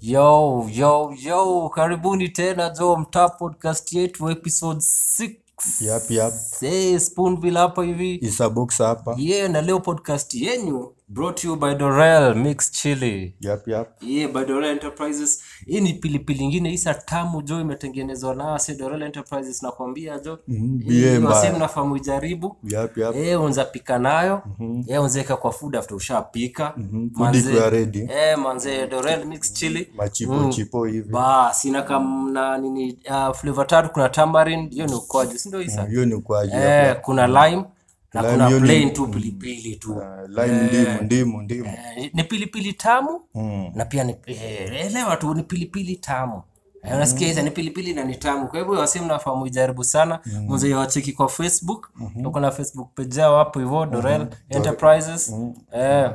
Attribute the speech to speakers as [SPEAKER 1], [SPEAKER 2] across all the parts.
[SPEAKER 1] Yo, yo, yo, karibuni tena Joe Mtaa podcast yetu episode 6.
[SPEAKER 2] Yap, yap.
[SPEAKER 1] Hey, Spoonville hapa hivi.
[SPEAKER 2] Isabox hapa.
[SPEAKER 1] Yeah, na leo podcast yenyu brought to you by Dorel Mix Chili.
[SPEAKER 2] Yap, yap.
[SPEAKER 1] Yeah, by Dorel Enterprises. Hii ni pilipili ingine isa tamu jo imetengenezwa na asi Dorel Enterprises nakwambia jo.
[SPEAKER 2] Mhm,
[SPEAKER 1] Hii
[SPEAKER 2] bie mbaya.
[SPEAKER 1] wasi mnafaa muijaribu.
[SPEAKER 2] Yap, yap.
[SPEAKER 1] Eh, unza pika nayo eh, unzaeka kwa food after ushapika
[SPEAKER 2] Mhm, food ikiwa ready.
[SPEAKER 1] eh, Oh. manze Dorel Mix Chili
[SPEAKER 2] Machipo chipo hivi.
[SPEAKER 1] bas ina kam na nini uh, flavor tatu kuna tamarind hiyo ni ukwaju si ndio isa
[SPEAKER 2] Hiyo ni ukwaju. yap,
[SPEAKER 1] eh,
[SPEAKER 2] yap.
[SPEAKER 1] kuna lime na
[SPEAKER 2] Mm, Lime
[SPEAKER 1] kuna
[SPEAKER 2] hiyo ni-
[SPEAKER 1] plain tu pilipili tu
[SPEAKER 2] Uh, Lime ndimu, ndimu, ndimu.
[SPEAKER 1] eh, ni pilipili tamu
[SPEAKER 2] Mm.
[SPEAKER 1] na pia ni eh, elewa tu ni pilipili tamu Eh, unasikia hizo ni pilipili na ni tamu kwa hivyo wasi mnafahamu ijaribu sana
[SPEAKER 2] Mm.
[SPEAKER 1] mzee wacheki kwa facebook
[SPEAKER 2] Mm-hmm.
[SPEAKER 1] uko na facebook page yao hapo hivyo dorel enterprises
[SPEAKER 2] Mm-hmm.
[SPEAKER 1] eh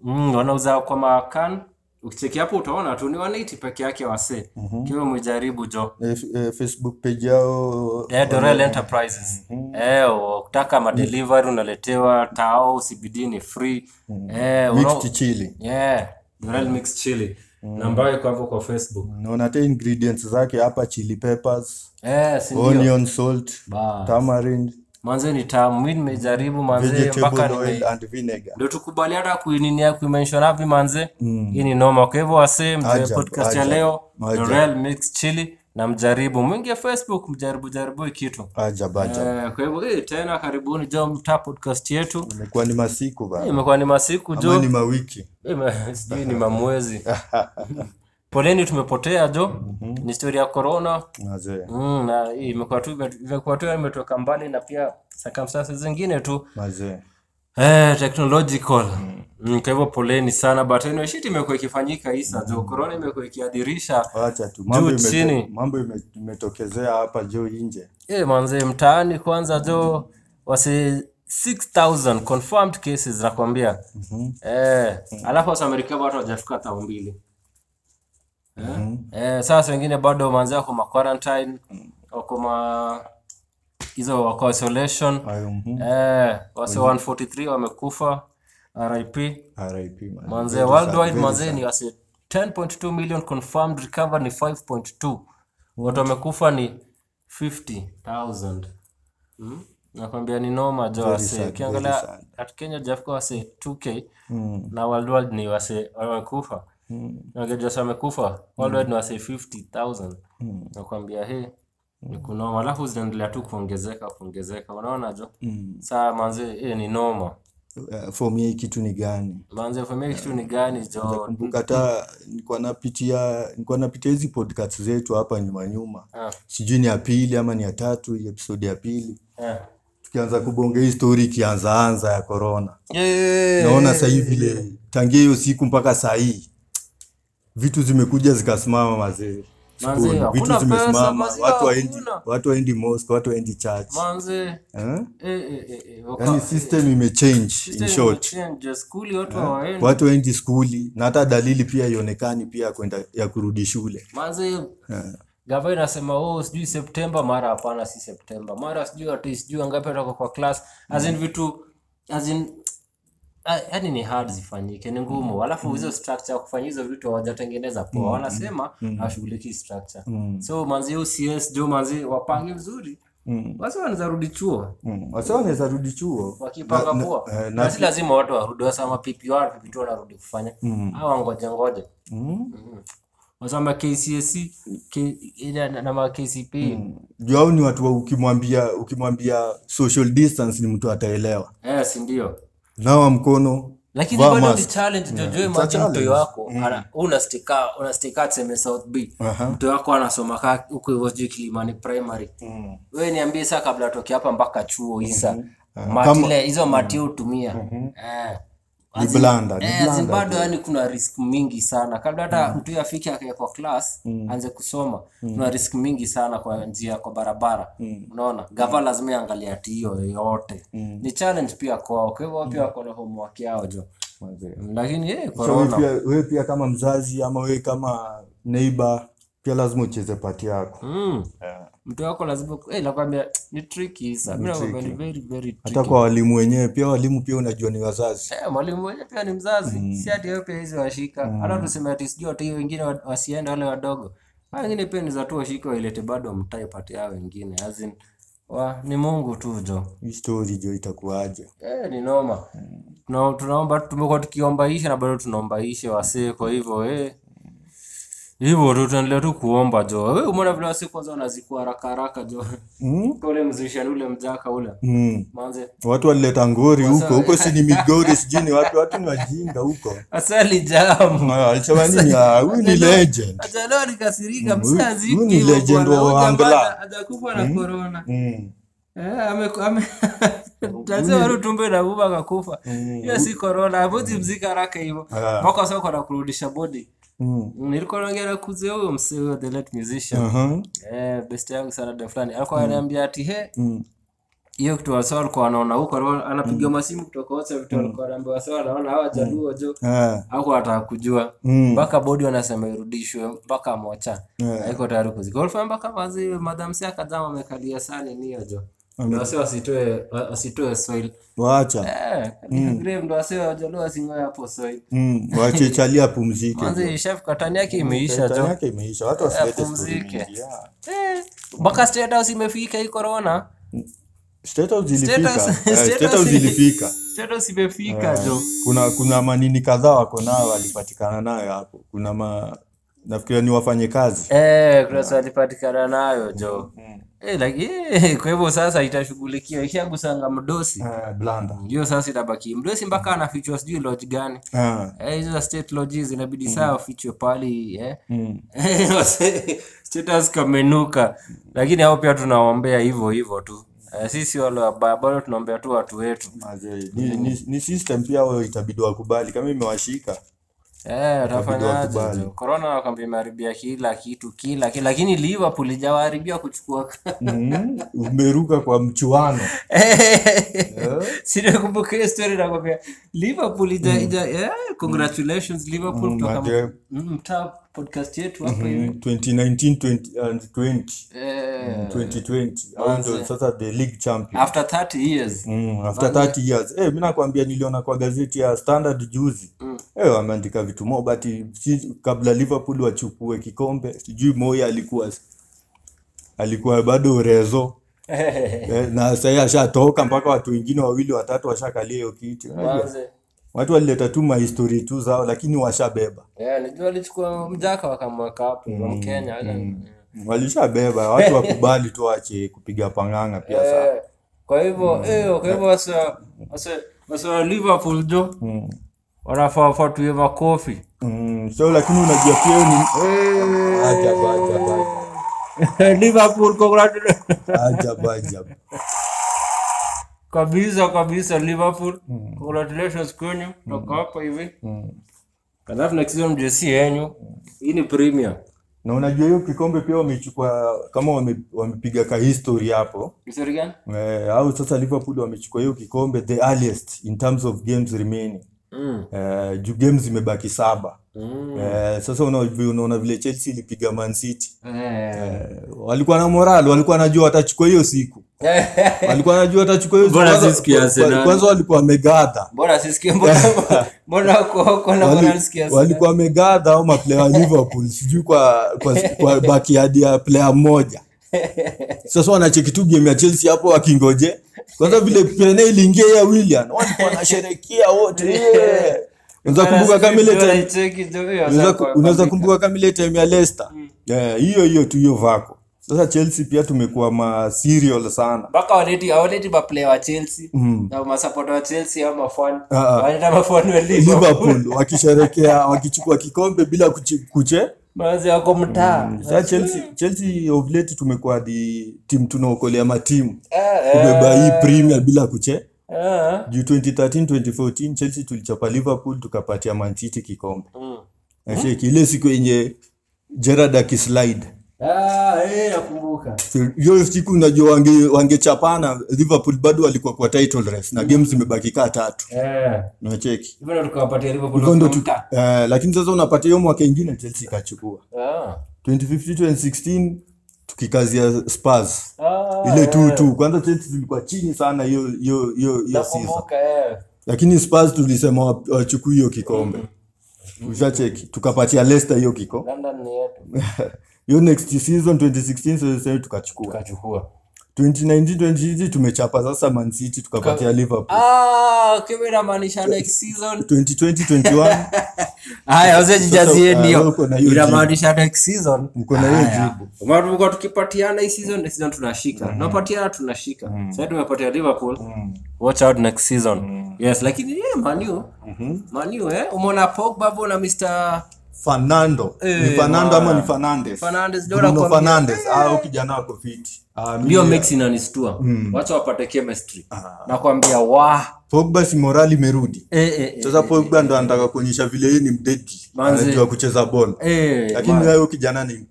[SPEAKER 1] mm, wanauza kwa makan ukicheki hapo utaona tu ni 180 peke yake wase
[SPEAKER 2] Mm-hmm.
[SPEAKER 1] kiwe mjaribu jo
[SPEAKER 2] Eh, f- eh, Facebook page yao
[SPEAKER 1] Eh, Dorel Enterprises.
[SPEAKER 2] Mm-hmm.
[SPEAKER 1] Eh, ukitaka madelivery unaletewa tao CBD ni free. Eh, unao-
[SPEAKER 2] Mm-hmm. mixed chili. Mm-hmm.
[SPEAKER 1] Yeah, Dorel Mix Chili. Namba yako hapo kwa Facebook.
[SPEAKER 2] Unaona hata ingredients zake hapa chili peppers,
[SPEAKER 1] Eh, si ndio?
[SPEAKER 2] onion salt,
[SPEAKER 1] Bas.
[SPEAKER 2] tamarind,
[SPEAKER 1] Manze ni tamu, mimi nimejaribu manze
[SPEAKER 2] vegetable
[SPEAKER 1] mpaka
[SPEAKER 2] oil
[SPEAKER 1] nime
[SPEAKER 2] and vinegar.
[SPEAKER 1] ndio tukubaliana kuininia kuimenshon hapi manze
[SPEAKER 2] Mm.
[SPEAKER 1] hii ni noma kwa hivyo wasee mzee
[SPEAKER 2] Ajabu,
[SPEAKER 1] podcast ya
[SPEAKER 2] ajabu,
[SPEAKER 1] leo
[SPEAKER 2] ajabu.
[SPEAKER 1] Dorel Mix Chili na mjaribu mwingie facebook mjaribu jaribu hii kitu
[SPEAKER 2] Ajab, ajab.
[SPEAKER 1] eh, kwa hivyo eh, tena karibuni jo mtaa podcast yetu
[SPEAKER 2] Imekuwa ni masiku bana.
[SPEAKER 1] imekuwa ni masiku
[SPEAKER 2] Ama
[SPEAKER 1] jo
[SPEAKER 2] ni mawiki.
[SPEAKER 1] Ime- Eh, sijui ni mamwezi poleni tumepotea jo ni stori ya korona
[SPEAKER 2] Mazee.
[SPEAKER 1] mm, na hii imekuwa tu imekuwa tu imetoka mbali na pia circumstances zingine tu
[SPEAKER 2] Mazee.
[SPEAKER 1] eh, technological mm, kwa hivyo poleni sana but anyway, shit imekuwa ikifanyika isa jo korona imekuwa ikiadhirisha
[SPEAKER 2] Wacha tu mambo
[SPEAKER 1] Juu
[SPEAKER 2] imeto-
[SPEAKER 1] chini.
[SPEAKER 2] mambo ime- imetokezea hapa jo nje.
[SPEAKER 1] Eh, manze mtaani kwanza jo wase 6000 confirmed cases nakwambia eh, alafu wasa Amerika watu hawajafika hata mbili eh? eh, sasa wengine bado manze wako ma quarantine wako ma hizo wako isolation
[SPEAKER 2] Hayo, mhm.
[SPEAKER 1] eh, wase 143 wamekufa RIP
[SPEAKER 2] RIP man.
[SPEAKER 1] manze
[SPEAKER 2] Very sad,
[SPEAKER 1] worldwide
[SPEAKER 2] very
[SPEAKER 1] manze
[SPEAKER 2] sad.
[SPEAKER 1] ni wase 10.2 million confirmed recovered ni 5.2 watu wamekufa ni 50000 hmm? nakwambia ni noma jo wase
[SPEAKER 2] sad, very
[SPEAKER 1] ukiangalia
[SPEAKER 2] sad. Hmm.
[SPEAKER 1] at kenya jafika wase 2k na worldwide ni wase wamekufa nagejasa wamekufa worldwide ni wase 50000
[SPEAKER 2] Hmm.
[SPEAKER 1] nakwambia hii ni kunoma alafu zinaendelea tu kuongezeka kuongezeka unaona jo
[SPEAKER 2] Hmm.
[SPEAKER 1] saa manze hii ni noma
[SPEAKER 2] Uh, for me kitu ni gani?
[SPEAKER 1] manze familia kitu ni gani jo
[SPEAKER 2] Kumbuka hata nilikuwa napitia nilikuwa napitia hizi podcast zetu hapa nyuma nyuma.
[SPEAKER 1] Ah.
[SPEAKER 2] Sijui ni ya pili ama ni ya tatu, hii episode ya pili.
[SPEAKER 1] eh.
[SPEAKER 2] Tukianza kubongea hii story ikianza anza ya corona. Naona
[SPEAKER 1] Naona
[SPEAKER 2] sasa hivi vile tangia hiyo siku mpaka saa hii vitu zimekuja zikasimama mazee.
[SPEAKER 1] Mazee,
[SPEAKER 2] Sikuoni.
[SPEAKER 1] hakuna
[SPEAKER 2] Vitu
[SPEAKER 1] pesa,
[SPEAKER 2] zimesimama,
[SPEAKER 1] mazee,
[SPEAKER 2] watu waendi,
[SPEAKER 1] hakuna.
[SPEAKER 2] watu waendi mosque, watu waendi church.
[SPEAKER 1] manze
[SPEAKER 2] Eh?
[SPEAKER 1] eh, eh, eh, eh, waka-
[SPEAKER 2] Yaani system imechange in
[SPEAKER 1] system
[SPEAKER 2] short.
[SPEAKER 1] imechange, skuli watu hawaendi
[SPEAKER 2] Watu waendi skuli na hata dalili pia haionekani pia ya kwenda ya kurudi shule.
[SPEAKER 1] manze gava inasema oh, sijui septemba mara hapana si septemba mara sijui ati sijui angapi atako kwa class as
[SPEAKER 2] Mm.
[SPEAKER 1] in vitu as in ah, yani ni hard zifanyike ni
[SPEAKER 2] Mm.
[SPEAKER 1] ngumu alafu hizo structure ya kufanya hizo vitu hawajatengeneza poa wanasema
[SPEAKER 2] Mm.
[SPEAKER 1] hawashughulikii structure so manzi ucs jo manzi wapange vizuri basi wanaweza rudi chuo
[SPEAKER 2] Mm. Wasa wanaweza rudi chuo.
[SPEAKER 1] wakipanga
[SPEAKER 2] na-
[SPEAKER 1] poa
[SPEAKER 2] eh,
[SPEAKER 1] na si lazima watu warudi wasama PPR PPT wanarudi kufanya
[SPEAKER 2] Mm.
[SPEAKER 1] hawa ngoja ngoja Mhm. wasama KCSE E, K- ila na- na ma KCP
[SPEAKER 2] Juu hao ni watu wa ukimwambia ukimwambia social distance ni mtu ataelewa.
[SPEAKER 1] eh si ndio
[SPEAKER 2] Nawa mkono,
[SPEAKER 1] lakini
[SPEAKER 2] vaa
[SPEAKER 1] bado ni
[SPEAKER 2] mask.
[SPEAKER 1] challenge jojo imagine
[SPEAKER 2] challenge. Mm.
[SPEAKER 1] mtoyo wako ana unastika unastika tuseme South B
[SPEAKER 2] Uh-huh.
[SPEAKER 1] mtoyo wako anasoma ka huko hivyo juu Kilimani primary wewe niambie saa kabla atoke hapa mpaka chuo isa
[SPEAKER 2] Kama-
[SPEAKER 1] matile hizo matio utumia
[SPEAKER 2] Mm-hmm.
[SPEAKER 1] eh
[SPEAKER 2] Ni blanda, Mm. ni
[SPEAKER 1] Eh, as in
[SPEAKER 2] blanda.
[SPEAKER 1] bado yani kuna risk mingi sana kabla hata mtu huyo afike akae kwa class
[SPEAKER 2] Mm.
[SPEAKER 1] aanze kusoma kuna risk mingi sana kwa njia kwa barabara
[SPEAKER 2] Mm.
[SPEAKER 1] unaona gava lazima iangalie ati hiyo yoyote ni challenge pia kwao kwa hivyo pia wako na homework yao jo lakini eh
[SPEAKER 2] Mm. So wewe
[SPEAKER 1] corona
[SPEAKER 2] pia, wewe pia kama mzazi ama wewe kama neighbor pia lazima ucheze pati yako.
[SPEAKER 1] mm. mtu wako lazima eh, nakwambia ni tricky sana mimi nakwambia ni
[SPEAKER 2] tricky.
[SPEAKER 1] very very
[SPEAKER 2] hata
[SPEAKER 1] tricky
[SPEAKER 2] kwa walimu wenyewe pia walimu pia unajua ni wazazi
[SPEAKER 1] Eh, mwalimu mwenye pia ni mzazi si ati yeye pia hizi washika hata tuseme ati sijui watu hiyo wengine wa- wasiende wale wadogo Hao wengine pia ni za tu washika wailete bado mtai pati yao wengine as in, wa, ni mungu tu jo
[SPEAKER 2] hii story jo itakuwaje
[SPEAKER 1] Eh, ni noma Tuna- tunaomba tumekuwa tukiomba ishe na bado tunaomba ishe wasee kwa hivyo eh. hivyo tu tunaendelea tu kuomba jo we umeona vile wasee kwanza wanazikua haraka haraka jo
[SPEAKER 2] Mm?
[SPEAKER 1] ule mzishani ule mjaka ule
[SPEAKER 2] Mm.
[SPEAKER 1] manze
[SPEAKER 2] watu walileta ngori huko huko si ni migori sijui ni wapi watu ni wajinga huko
[SPEAKER 1] asali jamu
[SPEAKER 2] Ah, alisema nini ah, huyu ni legend
[SPEAKER 1] Ajalo alikasirika
[SPEAKER 2] Mm, huyu-
[SPEAKER 1] msaziki.
[SPEAKER 2] huyu ni legend wa Wangala.
[SPEAKER 1] Hajakufa na corona.
[SPEAKER 2] Mm.
[SPEAKER 1] Eh, ame ame
[SPEAKER 2] Mm-hmm.
[SPEAKER 1] Tazama wale tumbe na baba akakufa. Hiyo si corona, hapo mzika haraka hivyo.
[SPEAKER 2] Mm-hmm. Ah.
[SPEAKER 1] Mpaka sasa uko na kurudisha body.
[SPEAKER 2] Mm.
[SPEAKER 1] Nilikuwa naongea na kuzee huyo msee huyo the late musician.
[SPEAKER 2] Aha.
[SPEAKER 1] Eh, best yangu sana dem fulani. Alikuwa
[SPEAKER 2] Mm-hmm.
[SPEAKER 1] ananiambia ati he
[SPEAKER 2] Mm.
[SPEAKER 1] hiyo kitu wasao walikuwa wanaona huko alikuwa
[SPEAKER 2] Mm-hmm.
[SPEAKER 1] anapigiwa masimu kutoka wote vitu walikuwa wanaambiwa wasao wanaona hawa jaluo jo.
[SPEAKER 2] Ah.
[SPEAKER 1] Hakuwa anataka kujua
[SPEAKER 2] Mm. ah,
[SPEAKER 1] mpaka bodi wanasema irudishwe mpaka mocha
[SPEAKER 2] Yeah.
[SPEAKER 1] haiko tayari kuzika ulifanya mpaka vazi madam si akazama amekalia sani niyo jo
[SPEAKER 2] Ame-
[SPEAKER 1] ndo wase wasitoe wa- wasitoe soil
[SPEAKER 2] Waacha.
[SPEAKER 1] eh, katika grave ndo wase wajalo wasingoe hapo soil
[SPEAKER 2] Mm. Waache chali apumzike.
[SPEAKER 1] kwanza ishafika tani yake imeisha
[SPEAKER 2] Tani
[SPEAKER 1] jo
[SPEAKER 2] yake imeisha. Watu wasilete story
[SPEAKER 1] apumzike.
[SPEAKER 2] mingi. Yeah.
[SPEAKER 1] Eh, mpaka state house imefika hii corona
[SPEAKER 2] State House
[SPEAKER 1] State
[SPEAKER 2] ilifika.
[SPEAKER 1] House-
[SPEAKER 2] Eh,
[SPEAKER 1] State
[SPEAKER 2] State House
[SPEAKER 1] House-
[SPEAKER 2] ilifika.
[SPEAKER 1] state house imefika jo
[SPEAKER 2] Kuna kuna manini kadhaa wako nao walipatikana nayo hapo. Kuna ma nafikiria ni wafanye kazi.
[SPEAKER 1] Eh, kuna swali lipatikana nayo jo eh, like, eh, kwa hivyo sasa itashughulikiwa ishaagusanga mdosi
[SPEAKER 2] Ah, blanda.
[SPEAKER 1] hiyo sasa itabaki mdosi mpaka anafichwa sijui lodge gani
[SPEAKER 2] Ah.
[SPEAKER 1] Eh, hizo za state lodges inabidi saa wafichwe pali eh.
[SPEAKER 2] Mm.
[SPEAKER 1] Wase- status kamenuka lakini hao pia tunaombea hivyo hivyo tu eh, sisi wale wabaya bado tunaombea tu watu wetu
[SPEAKER 2] Mazee. Ni, ni, ni system pia wao itabidi wakubali kama imewashika.
[SPEAKER 1] eh,
[SPEAKER 2] wakubali.
[SPEAKER 1] utafanyaje korona wakambi imeharibia kila kitu kila kitu lakini liverpool ijawaharibia kuchukua
[SPEAKER 2] Mm. Umeruka kwa mchuano.
[SPEAKER 1] Eh, sinakumbuka hiyo story nakwambia liverpool ija,
[SPEAKER 2] Mm.
[SPEAKER 1] ija eh, congratulations liverpool kutoka
[SPEAKER 2] Mazee.
[SPEAKER 1] m- mm, mtaa podcast yetu hapa
[SPEAKER 2] Mm-hmm.
[SPEAKER 1] hivi
[SPEAKER 2] 2019 20 and 20
[SPEAKER 1] eh,
[SPEAKER 2] Mm, 2020 hao ndio sasa the league champion
[SPEAKER 1] after 30 years
[SPEAKER 2] mm, after 30 years eh mimi nakwambia niliona kwa gazeti ya Standard juzi eh wameandika vitu mo but si, kabla Liverpool wachukue kikombe sijui Moya alikuwa alikuwa bado rezo eh, na sasa ashatoka mpaka watu wengine wawili watatu washakalia hiyo kiti Unajua,
[SPEAKER 1] Manze.
[SPEAKER 2] watu walileta tu mahistori tu zao lakini washabeba
[SPEAKER 1] Yeah, Eh, najua walichukua mjaka wakamweka hapo wa Mkenya wala-
[SPEAKER 2] walishabeba watu wakubali tu wache kupiga pang'anga pia sasa
[SPEAKER 1] Eh, kwa hivyo eh, kwa hivyo wasa wasa wasa wa Liverpool jo wanafaa wafuatiwe makofi
[SPEAKER 2] Mm, so lakini unajua pia hiyo ni ajab ajab
[SPEAKER 1] Eh. Liverpool congratulations
[SPEAKER 2] ajab ajab
[SPEAKER 1] kabisa kabisa Liverpool congratulations kwenu toka hapa hivi alafu na kizo mjesi yenyu hii ni premier
[SPEAKER 2] na unajua hiyo kikombe pia wamechukua kama wame, wamepiga ka history hapo
[SPEAKER 1] Msori gani
[SPEAKER 2] eh, au sasa Liverpool wamechukua hiyo kikombe the earliest in terms of games remaining
[SPEAKER 1] mm.
[SPEAKER 2] eh, juu games zimebaki saba
[SPEAKER 1] mm.
[SPEAKER 2] eh, sasa una- unaona vile Chelsea ilipiga Man City
[SPEAKER 1] eh.
[SPEAKER 2] eh, walikuwa na moral walikuwa wanajua watachukua hiyo siku walikuwa wanajua watachukua hiyo siku
[SPEAKER 1] Mbona
[SPEAKER 2] Kwanza-
[SPEAKER 1] sisi Arsenal?
[SPEAKER 2] kwanza walikuwa wamegadha
[SPEAKER 1] mbona sisikie mbona mbona uko uko na
[SPEAKER 2] Wali-
[SPEAKER 1] mbona nisikia
[SPEAKER 2] walikuwa wamegadha au maplaya wa liverpool sijui kwa, kwa, kwa backyard ya playa mmoja sasa wanacheki tu game ya chelsea hapo wakingoje kwanza vile pene iliingia ya william walikuwa wanasherekea wote yeah. unaweza kumbuka kama ile time- unaweza ku- unaweza kumbuka kama ile time ya leicester Eh, hiyo hiyo tu hiyo vako sasa chelsea pia tumekuwa ma serial sana
[SPEAKER 1] mpaka waleti awaleti maplaya wa chelsea na masapota wa chelsea au mafan
[SPEAKER 2] Mm. Ah, ah.
[SPEAKER 1] waleta mafan wa liverpool
[SPEAKER 2] liverpool wakisherekea wakichukua kikombe bila kuche, kuche
[SPEAKER 1] mazi wako mtaa Eh,
[SPEAKER 2] Sasa Mm. Chelsea, Chelsea of late tumekuwa di timu tunaokolea matimu
[SPEAKER 1] Eh, eh,
[SPEAKER 2] kubeba hii Premier bila kuche.
[SPEAKER 1] eh.
[SPEAKER 2] Juu 2013 2014 Chelsea tulichapa Liverpool tukapatia Man City kikombe.
[SPEAKER 1] Mm.
[SPEAKER 2] Nasheki ile siku yenye Gerrard akislide.
[SPEAKER 1] Ah, eh, nakumbuka
[SPEAKER 2] Hiyo siku unajua wange, wangechapana Liverpool bado walikuwa kwa title race na games zimebaki kaa tatu.
[SPEAKER 1] Eh,
[SPEAKER 2] Unacheki.
[SPEAKER 1] hivyo ndo tukawapatia liverpool
[SPEAKER 2] Hivyo ndo tu-
[SPEAKER 1] wakamta.
[SPEAKER 2] eh, lakini sasa unapatia hiyo mwaka ingine Chelsea ikachukua.
[SPEAKER 1] Ah.
[SPEAKER 2] 2015 2016 tukikazia spurs
[SPEAKER 1] Ah,
[SPEAKER 2] ile
[SPEAKER 1] yeah.
[SPEAKER 2] tu tu kwanza chelsea zilikuwa chini sana hiyo hiyo hiyo hiyo season
[SPEAKER 1] Nakumbuka, eh. yeah.
[SPEAKER 2] lakini spurs tulisema wa- wachukui hiyo kikombe
[SPEAKER 1] Mm.
[SPEAKER 2] ushacheki tukapatia leicester hiyo kiko
[SPEAKER 1] London ni yetu.
[SPEAKER 2] hiyo next season 2016 sasa tukachukua
[SPEAKER 1] Tukachukua.
[SPEAKER 2] 2019 2020 tumechapa sasa man city tukapatia liverpool
[SPEAKER 1] Ah, okay, mimi namaanisha next season.
[SPEAKER 2] 2020 21
[SPEAKER 1] Haya, wazee jijazie
[SPEAKER 2] Sasa,
[SPEAKER 1] ndio.
[SPEAKER 2] ah, uko na hiyo jibu.
[SPEAKER 1] Inamaanisha next season.
[SPEAKER 2] Uko na hiyo
[SPEAKER 1] Haya.
[SPEAKER 2] jibu.
[SPEAKER 1] Maana tulikuwa tukipatiana hii season, next season tunashika.
[SPEAKER 2] Mm.
[SPEAKER 1] Tunapatiana tunashika. Sasa tumepatia Liverpool. Watch out next season.
[SPEAKER 2] Mm.
[SPEAKER 1] Yes, lakini eh Man U.
[SPEAKER 2] Mm-hmm.
[SPEAKER 1] Man U eh, umeona Pogba bwana Mr.
[SPEAKER 2] fernando
[SPEAKER 1] Eh,
[SPEAKER 2] ni fernando ama
[SPEAKER 1] man.
[SPEAKER 2] ni fernandes
[SPEAKER 1] Fernandes, ndio
[SPEAKER 2] Bruno
[SPEAKER 1] nakwambia.
[SPEAKER 2] fernandes ah huyu kijana wako fiti Ah,
[SPEAKER 1] Ndio
[SPEAKER 2] mimi-
[SPEAKER 1] mix inanistua.
[SPEAKER 2] Mm.
[SPEAKER 1] Wacha wapate chemistry.
[SPEAKER 2] Ah.
[SPEAKER 1] Nakwambia wa
[SPEAKER 2] pogba si morali imerudi
[SPEAKER 1] eh eh.
[SPEAKER 2] sasa pogba ndo anataka kuonyesha vile yeye ni mdeki
[SPEAKER 1] Manze.
[SPEAKER 2] anajua kucheza bola
[SPEAKER 1] eh.
[SPEAKER 2] lakini
[SPEAKER 1] man.
[SPEAKER 2] huyo kijana ni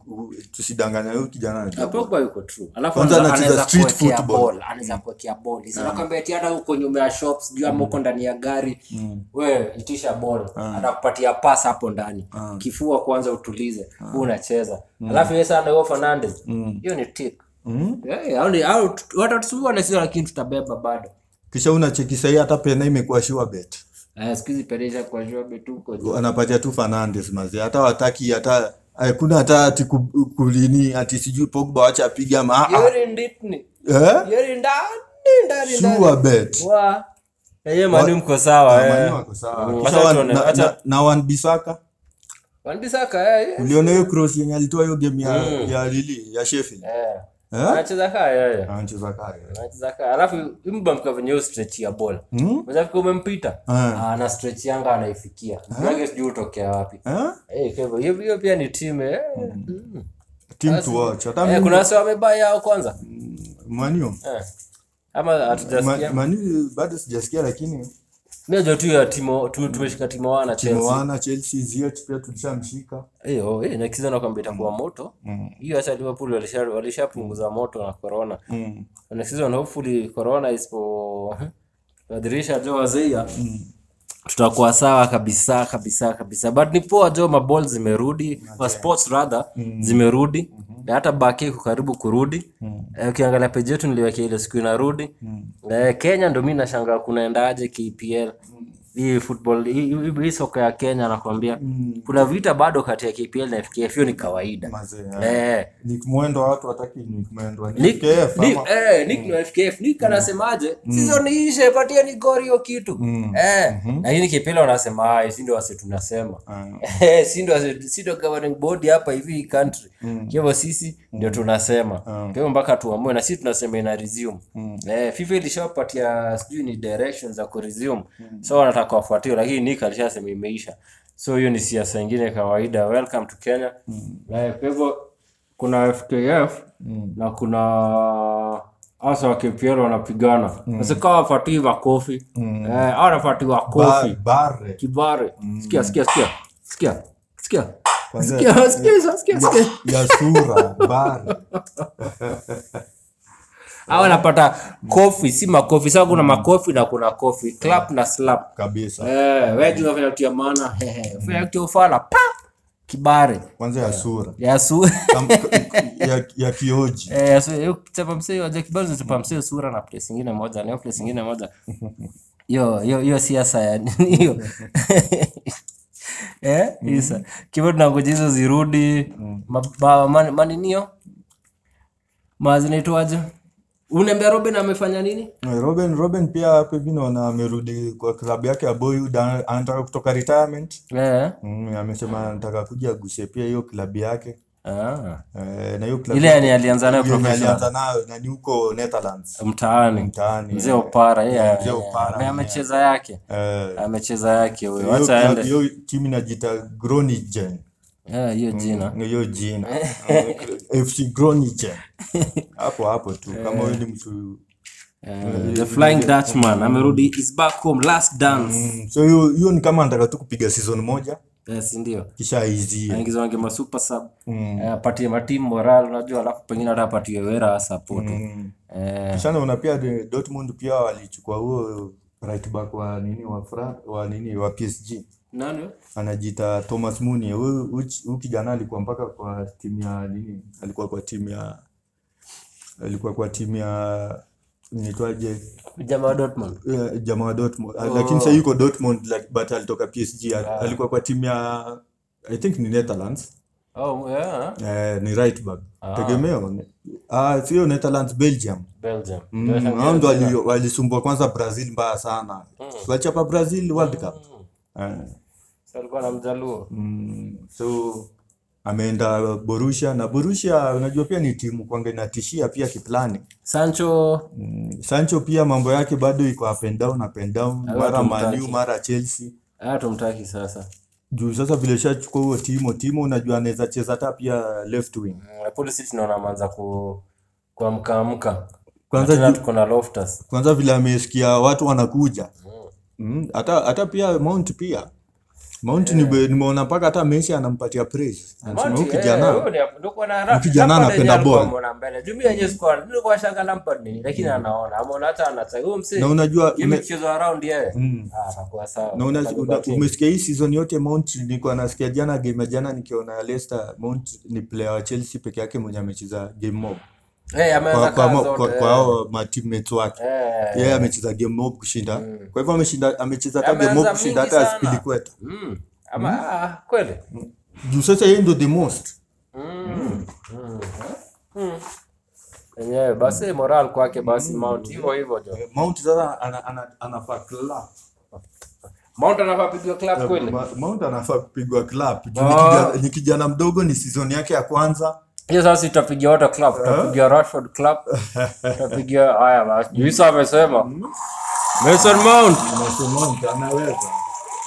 [SPEAKER 2] tusidanganya huyo kijana anajua bola.
[SPEAKER 1] Pogba yuko true. Alafu
[SPEAKER 2] Kwanza
[SPEAKER 1] anaweza-
[SPEAKER 2] anacheza
[SPEAKER 1] anaweza
[SPEAKER 2] street
[SPEAKER 1] kuwekea
[SPEAKER 2] football. Mm.
[SPEAKER 1] ball, anaweza kuwekea ball. Sasa nakwambia eti hata uko nyuma ya shops, juu ama uko ndani ya gari,
[SPEAKER 2] Mm.
[SPEAKER 1] wewe itisha ball,
[SPEAKER 2] Ah.
[SPEAKER 1] atakupatia pass hapo ndani. Kifua kwanza utulize,
[SPEAKER 2] Ah.
[SPEAKER 1] huu unacheza.
[SPEAKER 2] Mm.
[SPEAKER 1] Alafu yeye sana huyo Fernandes. Hiyo ni tick. Eh, hao ni- hao tut- watatusumbua na sisi lakini tutabeba bado.
[SPEAKER 2] kisha unacheki sahii hata pena imekuwa sure bet
[SPEAKER 1] Eh, siku hizi Pereira kwa Jobe tu uko juu.
[SPEAKER 2] anapatia tu fernandes mazi hata wataki hata hakuna hata ati ku- kulini ati sijui pogba wacha apiga ama ah, ah.
[SPEAKER 1] Yori nditni.
[SPEAKER 2] eh?
[SPEAKER 1] Yori ndani, ndani, ndani.
[SPEAKER 2] sure bet
[SPEAKER 1] Wa. Na yeye Manu mko sawa. eh.
[SPEAKER 2] Ah, Manu wako sawa.
[SPEAKER 1] Mm.
[SPEAKER 2] Kisha
[SPEAKER 1] Wacha
[SPEAKER 2] wan-
[SPEAKER 1] tuone,
[SPEAKER 2] na-
[SPEAKER 1] wacha-
[SPEAKER 2] na- na wanbisaka
[SPEAKER 1] Wan Bissaka, eh, eh.
[SPEAKER 2] uliona hiyo cross yenye alitoa hiyo game ya ya lili ya Sheffield
[SPEAKER 1] Mm. Eh.
[SPEAKER 2] eh
[SPEAKER 1] anacheza kaa yeye
[SPEAKER 2] anacheza kaya
[SPEAKER 1] anacheza kaa alafu imbamka venye hiyo stretch ya bola
[SPEAKER 2] Mm?
[SPEAKER 1] mwenzafika umempita
[SPEAKER 2] Eh.
[SPEAKER 1] Ah, na stretch yanga anaifikia yake sijui utokea wapi
[SPEAKER 2] eh
[SPEAKER 1] Eh, kwa hivyo, hiyo hiyo pia ni timu eh.
[SPEAKER 2] Hmm.
[SPEAKER 1] Mm.
[SPEAKER 2] team to watch hata
[SPEAKER 1] Eh,
[SPEAKER 2] mimi
[SPEAKER 1] kuna wase wamebaa yao kwanza
[SPEAKER 2] Manu
[SPEAKER 1] Eh. ama hatujasikia
[SPEAKER 2] Ma- Manu bado sijasikia lakini
[SPEAKER 1] mi najua tu ya timu tume- tumeshika timu wana Chelsea
[SPEAKER 2] Moana Chelsea Ziyech pia tulishamshika
[SPEAKER 1] eh oh eh na kizana kwamba itakuwa
[SPEAKER 2] Hmm.
[SPEAKER 1] moto hiyo hasa Liverpool walisha walishapunguza moto na corona na season hopefully corona isipo badilisha jo wazeia
[SPEAKER 2] Mm,
[SPEAKER 1] tutakuwa sawa kabisa kabisa kabisa but ni poa jo maball zimerudi ma sports rather zimerudi na hata baki iko karibu kurudi Eh, ukiangalia peji yetu niliwekea ile siku inarudi
[SPEAKER 2] mm.
[SPEAKER 1] Eh, kenya ndo mi nashangaa kunaendaje kpl hii football hii- hii hii soka ya kenya nakwambia kuna vita bado kati ya kpl na fkf hiyo ni kawaida
[SPEAKER 2] mazee
[SPEAKER 1] eh,
[SPEAKER 2] ni mwendo wa watu wataki ni mwendo ni
[SPEAKER 1] Nick-
[SPEAKER 2] KF
[SPEAKER 1] Nick-
[SPEAKER 2] ama
[SPEAKER 1] eh, Nick ni wa FKF. Nick anasemaje season hii ishe patia ni gori hiyo kitu Eh, lakini kipele wanasema "Ai, si ndio wase tunasema Eh, si ndio wase- si ndio governing body hapa hivi hii country Kwa hivyo sisi ndio tunasema kwa hivyo mpaka tuamue na sisi tunasema ina resume eh, FIFA ilishawapatia sijui ni directions za ku resume so wanataka wafuatie lakini Nick alishasema imeisha so hiyo ni siasa ingine kawaida welcome to Kenya eh, kwa hivyo kuna FKF na kuna hasa wa KPL wanapigana sasa kama wafatii makofi eh, hawa wanapatiwa
[SPEAKER 2] Ba-
[SPEAKER 1] kofi
[SPEAKER 2] bare
[SPEAKER 1] kibare sikia sikia sikia sikia sikia
[SPEAKER 2] Kwanza-
[SPEAKER 1] sikia sikia sikia sikia
[SPEAKER 2] ya sura bare
[SPEAKER 1] hawa wanapata kofi si makofi sasa kuna makofi na kuna kofi clap na slap
[SPEAKER 2] kabisa
[SPEAKER 1] eh wewe jua vile utia maana hehe vile utia ufala pa kibare
[SPEAKER 2] kwanza ya sura
[SPEAKER 1] yasu
[SPEAKER 2] Kam- k- ya, ya kioji
[SPEAKER 1] Eh, ya su- hiyo chapa msee wa Jack Barnes chapa msee sura na place nyingine moja na hiyo place nyingine moja. Yo yo yo siasa ya nini hiyo. Eh,
[SPEAKER 2] Mm-hmm.
[SPEAKER 1] isa. Kibo tunangoja hizo zirudi.
[SPEAKER 2] Mm.
[SPEAKER 1] Ma- ma- ma- Maninio. Mazinaitwaje? Unaniambia Robin amefanya nini?
[SPEAKER 2] Robin, Robin pia hapo hivi naona amerudi kwa klabu yake ya Boyhood, ana- anataka kutoka retirement.
[SPEAKER 1] Eh.
[SPEAKER 2] Mm, amesema anataka kuja aguse pia hiyo klabu yake
[SPEAKER 1] Ah.
[SPEAKER 2] eh, na hiyo klabu
[SPEAKER 1] Ile yani alianza nayo
[SPEAKER 2] hiyo yenye
[SPEAKER 1] professional
[SPEAKER 2] alianza nayo na ni huko Netherlands
[SPEAKER 1] mtaani.
[SPEAKER 2] mtaani.
[SPEAKER 1] Mzee Opara yeye. Yeah,
[SPEAKER 2] Mzee Opara, yeah.
[SPEAKER 1] amecheza yake.
[SPEAKER 2] Eh,
[SPEAKER 1] Amecheza yake huyo.
[SPEAKER 2] hiyo
[SPEAKER 1] Acha
[SPEAKER 2] klabu-
[SPEAKER 1] aende.
[SPEAKER 2] hiyo timu inajiita Groningen.
[SPEAKER 1] Eh, hiyo
[SPEAKER 2] Mm.
[SPEAKER 1] jina.
[SPEAKER 2] Ni hiyo jina
[SPEAKER 1] Eh.
[SPEAKER 2] FC Groningen. Hapo hapo tu kama wewe ni mtu
[SPEAKER 1] Eh, the flying dutchman amerudi is back home last dance
[SPEAKER 2] Mm, so hiyo hiyo ni kama anataka tu kupiga season moja
[SPEAKER 1] yes Eh, ndio
[SPEAKER 2] kisha aizie. Mm.
[SPEAKER 1] aingiza wange masuper sub Eh, apatie matim moral unajua alafu pengine hata apatie wera support
[SPEAKER 2] Mm.
[SPEAKER 1] eh
[SPEAKER 2] Kisha naona pia de- Dortmund pia walichukua huo right back wa nini wa Fra, wa nini wa PSG
[SPEAKER 1] nani
[SPEAKER 2] anajiita Thomas Munie. Huyu huyu kijana alikuwa mpaka kwa timu ya nini? Alikuwa kwa timu ya alikuwa kwa timu ya inaitwaje
[SPEAKER 1] jamaa wa Dortmund.
[SPEAKER 2] eh, jamaa wa Dortmund Ah, lakini sasa yuko Dortmund like, but alitoka PSG Al-
[SPEAKER 1] Ah.
[SPEAKER 2] alikuwa kwa timu ya I think ni Netherlands
[SPEAKER 1] Oh, yeah.
[SPEAKER 2] eh, ni right back
[SPEAKER 1] Ah.
[SPEAKER 2] tegemeo ah sio Netherlands Belgium
[SPEAKER 1] Belgium.
[SPEAKER 2] Mm,
[SPEAKER 1] Belgium
[SPEAKER 2] hao ndo
[SPEAKER 1] ndio-
[SPEAKER 2] wali- walisumbua kwanza Brazil mbaya sana tulichapa Brazil World Cup eh,
[SPEAKER 1] Sasa alikuwa na mjaluo.
[SPEAKER 2] mm, so ameenda Borussia na Borussia unajua pia ni timu kwanga inatishia pia kiplani
[SPEAKER 1] Sancho
[SPEAKER 2] Mm, Sancho pia mambo yake bado iko up and down, up and down,
[SPEAKER 1] Hawa
[SPEAKER 2] mara
[SPEAKER 1] tumtaki.
[SPEAKER 2] Man U mara Chelsea.
[SPEAKER 1] haya tumtaki sasa.
[SPEAKER 2] Juu sasa vile shachukua huo Timo, Timo unajua anaweza cheza hata pia left wing.
[SPEAKER 1] Mm, Polisi tunaona ameanza ku kuamka amka.
[SPEAKER 2] Kwanza
[SPEAKER 1] Tena
[SPEAKER 2] ju-
[SPEAKER 1] tuko na Loftus.
[SPEAKER 2] Kwanza vile amesikia watu wanakuja.
[SPEAKER 1] Hmm.
[SPEAKER 2] Mm, hata hata pia Mount pia.
[SPEAKER 1] Eh.
[SPEAKER 2] Mount nime- nimeona mpaka hata Messi anampatia praise. Anasema huyu
[SPEAKER 1] eh,
[SPEAKER 2] kijana kijana anapenda ball. Mm. na unajua ume- Mm.
[SPEAKER 1] Ah,
[SPEAKER 2] na una, una, umesikia hii season yote Mount nilikuwa nasikia jana game ya jana nikiona Leicester Mount ni player wa Chelsea peke yake mwenye amecheza game mob.
[SPEAKER 1] Eh,
[SPEAKER 2] kwa, kwa, kwa, kwa, kwa hao matimates wake
[SPEAKER 1] Eh.
[SPEAKER 2] yeye amecheza game mob kushinda kwa hivyo ameshinda amecheza hata game mob
[SPEAKER 1] Hmm. Ameanza
[SPEAKER 2] kushinda
[SPEAKER 1] mingi
[SPEAKER 2] hata
[SPEAKER 1] sana.
[SPEAKER 2] Aspilicueta
[SPEAKER 1] Mm.
[SPEAKER 2] Mm.
[SPEAKER 1] ah,
[SPEAKER 2] juu sasa yeye ndo the most Mm.
[SPEAKER 1] Mm. enyewe basi moral kwake basi
[SPEAKER 2] Mm.
[SPEAKER 1] mount hivyo hivyo jo
[SPEAKER 2] Mount sasa ana- ana- anafaa clap
[SPEAKER 1] mount anafaa pigwa club kweli
[SPEAKER 2] Ma- Mount anafaa kupigwa clap juu
[SPEAKER 1] Ah.
[SPEAKER 2] ni kijana- ni kijana mdogo ni season yake ya kwanza
[SPEAKER 1] hiyo sasa tutapigia wote club tutapigia Rashford club tutapigia haya basi juu sasa amesema Mason Mount
[SPEAKER 2] Mason Mount anaweza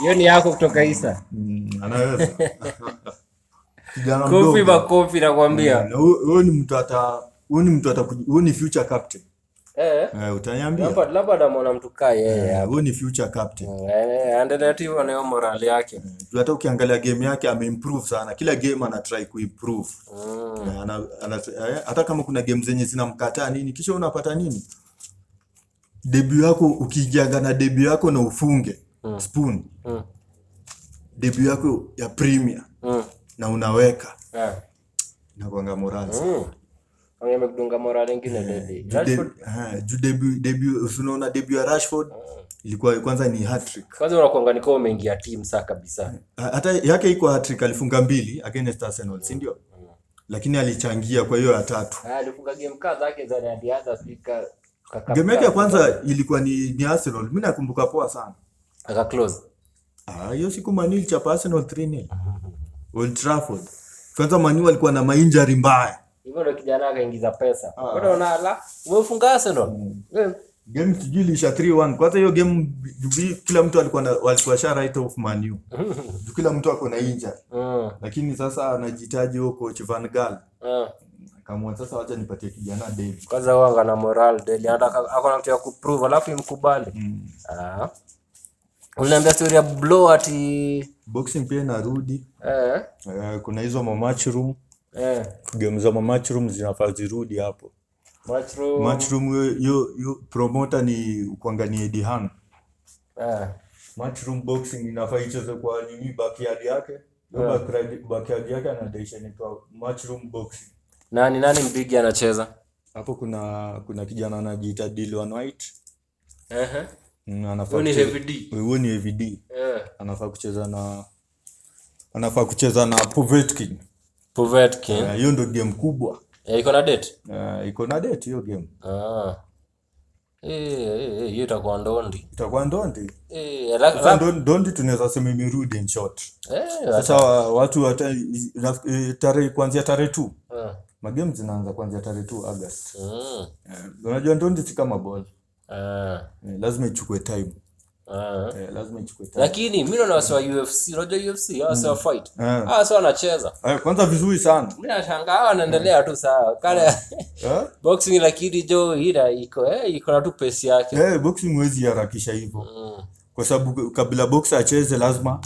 [SPEAKER 1] hiyo ni yako kutoka Isa
[SPEAKER 2] Mm, anaweza kijana
[SPEAKER 1] kofi
[SPEAKER 2] mdogo Mm,
[SPEAKER 1] makofi nakwambia
[SPEAKER 2] Na huyu huyu ni mtu ata huyu ni mtu ata huyu ni future captain
[SPEAKER 1] eh
[SPEAKER 2] Eh, utaniambia
[SPEAKER 1] labda labda namwona mtu kaa yeye
[SPEAKER 2] Eh,
[SPEAKER 1] hapo
[SPEAKER 2] huyu ni future captain
[SPEAKER 1] Eh, aendelee tu hivyo na hiyo morali yake
[SPEAKER 2] Juu hata ukiangalia game yake ameimprove sana kila game anatry kuimprove
[SPEAKER 1] Mm.
[SPEAKER 2] Na ana, ana, eh, hata kama kuna game zenye zinamkataa nini kisha unapata nini debut yako ukijianga na debut yako na ufunge spoon
[SPEAKER 1] Mm.
[SPEAKER 2] debut yako ya premier
[SPEAKER 1] Mm.
[SPEAKER 2] na unaweka
[SPEAKER 1] Eh.
[SPEAKER 2] nakwanga morali
[SPEAKER 1] Mm. Huyo amekudunga morali
[SPEAKER 2] Eh,
[SPEAKER 1] ingine dedi
[SPEAKER 2] Juu de- eh, juu debut debut unaona debut ya Rashford
[SPEAKER 1] Mm.
[SPEAKER 2] ilikuwa kwanza ni hat-trick
[SPEAKER 1] kwanza unakuanga nikuwa umeingia team saa kabisa
[SPEAKER 2] Ha- hata yake iko hat-trick alifunga mbili against Arsenal si ndio
[SPEAKER 1] Mm.
[SPEAKER 2] lakini alichangia kwa hiyo ya tatu
[SPEAKER 1] Ah, alifunga game kaa zake za Nadiaza sika kaka
[SPEAKER 2] game yake ya kwanza ilikuwa ni, ni Arsenal mi nakumbuka poa sana
[SPEAKER 1] aka close
[SPEAKER 2] Ah, hiyo siku Manu ilichapa Arsenal 3-0 Old Trafford kwanza Manu alikuwa na mainjari mbaya
[SPEAKER 1] hivyo ndo kijana akaingiza pesa
[SPEAKER 2] Ah.
[SPEAKER 1] bado unala umefunga Arsenal
[SPEAKER 2] Mm.
[SPEAKER 1] Eh,
[SPEAKER 2] game sijui ilisha 3-1 kwanza hiyo game jubi, kila mtu alikuwa na, walikuwa sha write off Manu juu kila mtu ako na injury
[SPEAKER 1] mm,
[SPEAKER 2] lakini sasa anajitaji huyo coach Van Gaal
[SPEAKER 1] eh.
[SPEAKER 2] akaamua sasa wacha nipatie kijana David
[SPEAKER 1] kwanza wanga na moral deli hata akona kitu ya kuprove alafu imkubali
[SPEAKER 2] Mm. Hmm.
[SPEAKER 1] ah uliniambia story ya blow ati
[SPEAKER 2] boxing pia inarudi
[SPEAKER 1] eh
[SPEAKER 2] Eh, kuna hizo mamatch room
[SPEAKER 1] eh
[SPEAKER 2] game za mamatch room zinafaa zirudi hapo
[SPEAKER 1] mushroom
[SPEAKER 2] match room hiyo- hiyo hiyo promoter ni ukwanga ni Eddie Hearn
[SPEAKER 1] eh
[SPEAKER 2] match room boxing inafaa icheze kwa nini backyard yake Hiyo
[SPEAKER 1] Yeah.
[SPEAKER 2] backyard- backyard yake anadaisha inaitwa match room boxing
[SPEAKER 1] nani nani mbigi anacheza
[SPEAKER 2] hapo kuna kuna kijana anajiita Dylan White
[SPEAKER 1] eh
[SPEAKER 2] Mm, anafaa
[SPEAKER 1] huyo ni
[SPEAKER 2] kucheza-
[SPEAKER 1] Heavy D
[SPEAKER 2] huyo ni AVD
[SPEAKER 1] eh
[SPEAKER 2] anafaa kucheza na anafaa kucheza na Povetkin
[SPEAKER 1] Povetkin
[SPEAKER 2] Eh, hiyo ndo game kubwa
[SPEAKER 1] Eh, iko na date
[SPEAKER 2] Eh, iko na date hiyo game
[SPEAKER 1] Ah. Eh, eh, eh, hiyo itakuwa ndondi.
[SPEAKER 2] itakuwa ndondi
[SPEAKER 1] Eh, la-
[SPEAKER 2] Sasa
[SPEAKER 1] la-
[SPEAKER 2] ndo- ndondi tunaweza sema imerudi in short
[SPEAKER 1] eh,
[SPEAKER 2] sasa wa- watu wata, raf- eh, tarehe kuanzia tarehe tu
[SPEAKER 1] ah,
[SPEAKER 2] magemu zinaanza kuanzia tarehe tu August
[SPEAKER 1] mm,
[SPEAKER 2] Eh, unajua ndondi si kama ball
[SPEAKER 1] ah,
[SPEAKER 2] Eh, lazima ichukue time
[SPEAKER 1] ah.
[SPEAKER 2] Eh, lazima ichukue time
[SPEAKER 1] Lakini mimi naona wasi wa UFC, unajua UFC, hawa si wa fight.
[SPEAKER 2] Eh.
[SPEAKER 1] Hawa si wanacheza.
[SPEAKER 2] Eh, kwanza vizuri sana
[SPEAKER 1] Mimi nashangaa hawa wanaendelea tu sawa. Kale
[SPEAKER 2] Eh?
[SPEAKER 1] boxing lakini jo ila iko eh iko na tu pesi yake.
[SPEAKER 2] Eh, boxing huwezi harakisha hivyo
[SPEAKER 1] Mm.
[SPEAKER 2] kwa sababu kabla boxer acheze lazima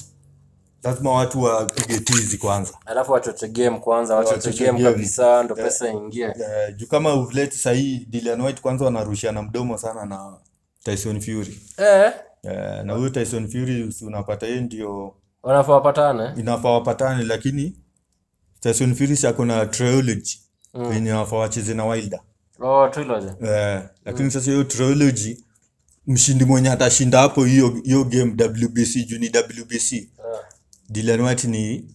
[SPEAKER 2] lazima watu wapige tizi kwanza
[SPEAKER 1] Alafu wachoche game kwanza, wachoche
[SPEAKER 2] wachoche
[SPEAKER 1] game
[SPEAKER 2] game.
[SPEAKER 1] kabisa ndo pesa ingie.
[SPEAKER 2] Eh, juu kama uvleti sahii Dylan White kwanza wanarushiana mdomo sana na Tyson Fury
[SPEAKER 1] Eh,
[SPEAKER 2] Eh, na huyo Tyson Fury si unapata yeye ndio
[SPEAKER 1] wanafaa wapatane.
[SPEAKER 2] inafaa wapatane, lakini Tyson Fury si ako na trilogy yenye inafaa wacheze na Wilder.
[SPEAKER 1] oh, trilogy
[SPEAKER 2] Eh, lakini sasa hiyo trilogy mshindi mwenye atashinda hapo hiyo hiyo game wbc juu ni wbc
[SPEAKER 1] Ah,
[SPEAKER 2] Dylan White ni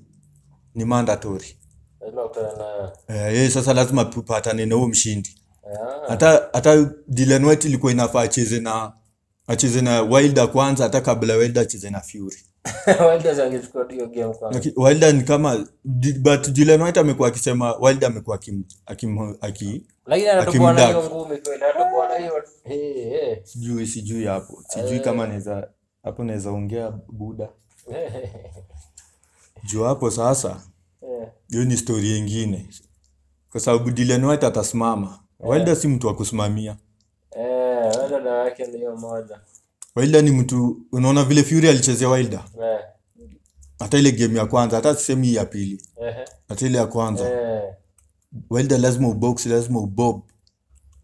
[SPEAKER 2] ni mandatory
[SPEAKER 1] lazima ukutane nayo.
[SPEAKER 2] eh, yeye sasa lazima tupatane na huyo mshindi
[SPEAKER 1] Ah,
[SPEAKER 2] hata hata Dylan White ilikuwa inafaa acheze na acheze na Wilder kwanza hata kabla Wilder acheze na Fury
[SPEAKER 1] Wilders angechukua tu hiyo game kwanza.
[SPEAKER 2] Laki- Wilder ni kama di- but Dylan White amekuwa akisema Wilder amekuwa akim, akim, aki
[SPEAKER 1] lakini anatoboa na hiyo
[SPEAKER 2] akimdaka.
[SPEAKER 1] ngumi kweli anatoboa na hiyo Eh, eh.
[SPEAKER 2] sijui sijui hapo sijui kama naweza hapo naweza ongea buda juu hapo sasa
[SPEAKER 1] Eh,
[SPEAKER 2] hiyo ni story ingine kwa sababu Dylan White atasimama Wilder si mtu wa kusimamia
[SPEAKER 1] eh, Wilder dawa yake ni hiyo moja
[SPEAKER 2] Wilder ni mtu unaona vile Fury alichezea Wilder
[SPEAKER 1] Eh,
[SPEAKER 2] hata ile game ya kwanza hata sisemi hii ya pili
[SPEAKER 1] eh,
[SPEAKER 2] hata ile ya kwanza
[SPEAKER 1] eh.
[SPEAKER 2] Wilder lazima ubox lazima ubob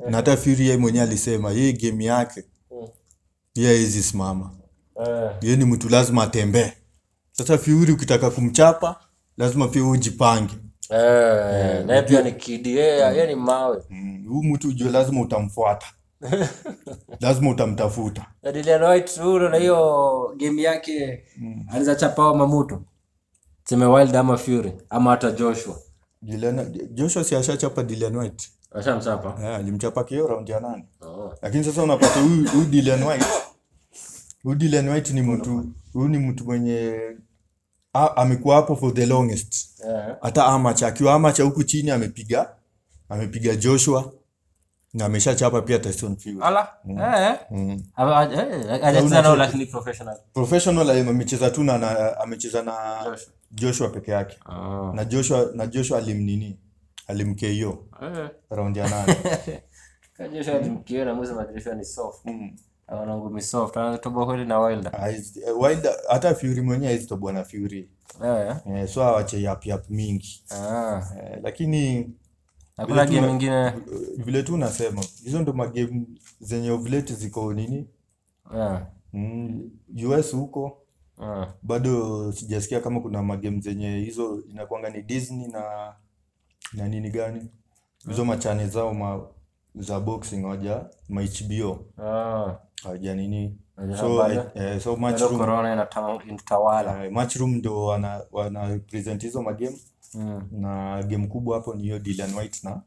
[SPEAKER 2] na hata Fury yeye mwenyewe alisema yeye game yake
[SPEAKER 1] Mm.
[SPEAKER 2] yeye hawezi simama
[SPEAKER 1] Eh,
[SPEAKER 2] yeye ni mtu lazima atembee sasa Fury ukitaka kumchapa lazima pia ujipange
[SPEAKER 1] eh, naye pia ni kidi yeye yeye eh, ni mawe
[SPEAKER 2] Mm, huu mtu ujue lazima utamfuata lazima utamtafuta
[SPEAKER 1] Na Dylan White huyo na hiyo game yake anaweza chapa hao mamuto seme Wilder ama Fury ama hata Joshua
[SPEAKER 2] Dylan- Joshua si ashachapa Dylan White
[SPEAKER 1] ashamchapa
[SPEAKER 2] Eh, alimchapa kio round ya nane
[SPEAKER 1] oh.
[SPEAKER 2] lakini sasa unapata huyu huyu Dylan White huyu Dylan White ni mtu huyu ni mtu mwenye a- amekuwa hapo for the longest
[SPEAKER 1] eh.
[SPEAKER 2] hata amacha akiwa amacha huku chini amepiga amepiga Joshua na ameshachapa pia Tyson Fury Mm.
[SPEAKER 1] ala eh. Ama- eh, hajacheza nao lakini professional
[SPEAKER 2] professional ame- amecheza tu na- na amecheza na
[SPEAKER 1] Joshua.
[SPEAKER 2] Joshua peke yake
[SPEAKER 1] oh.
[SPEAKER 2] na Joshua na Joshua alimnini alimkeo
[SPEAKER 1] eh.
[SPEAKER 2] round ya nane
[SPEAKER 1] Joshua mkiona mwizi madirishwa ni soft ana ngumi soft anatoboa kweli na Wilder
[SPEAKER 2] Haiz- eh, Wilder hata Fury mwenyewe haizitobwa na Fury
[SPEAKER 1] eh.
[SPEAKER 2] eh, so awache yap yap mingi
[SPEAKER 1] ah.
[SPEAKER 2] eh, lakini
[SPEAKER 1] hakuna
[SPEAKER 2] Vile tu
[SPEAKER 1] game
[SPEAKER 2] na-
[SPEAKER 1] ingine
[SPEAKER 2] eh, vile tu unasema hizo ndo magame zenye ovulate ziko nini
[SPEAKER 1] eh.
[SPEAKER 2] mm, US huko
[SPEAKER 1] eh.
[SPEAKER 2] bado sijasikia kama kuna magame zenye hizo inakuanga ni Disney na na nini gani hizo machane zao ma, za boxing waja ma HBO
[SPEAKER 1] ah.
[SPEAKER 2] hawaja nini
[SPEAKER 1] Hawaja
[SPEAKER 2] so,
[SPEAKER 1] bado.
[SPEAKER 2] eh, so
[SPEAKER 1] Bado
[SPEAKER 2] matchroom,
[SPEAKER 1] corona inata- inatawala
[SPEAKER 2] eh, matchroom ndo wana, wana present hizo magame
[SPEAKER 1] mm.
[SPEAKER 2] na game kubwa hapo ni hiyo Dylan White na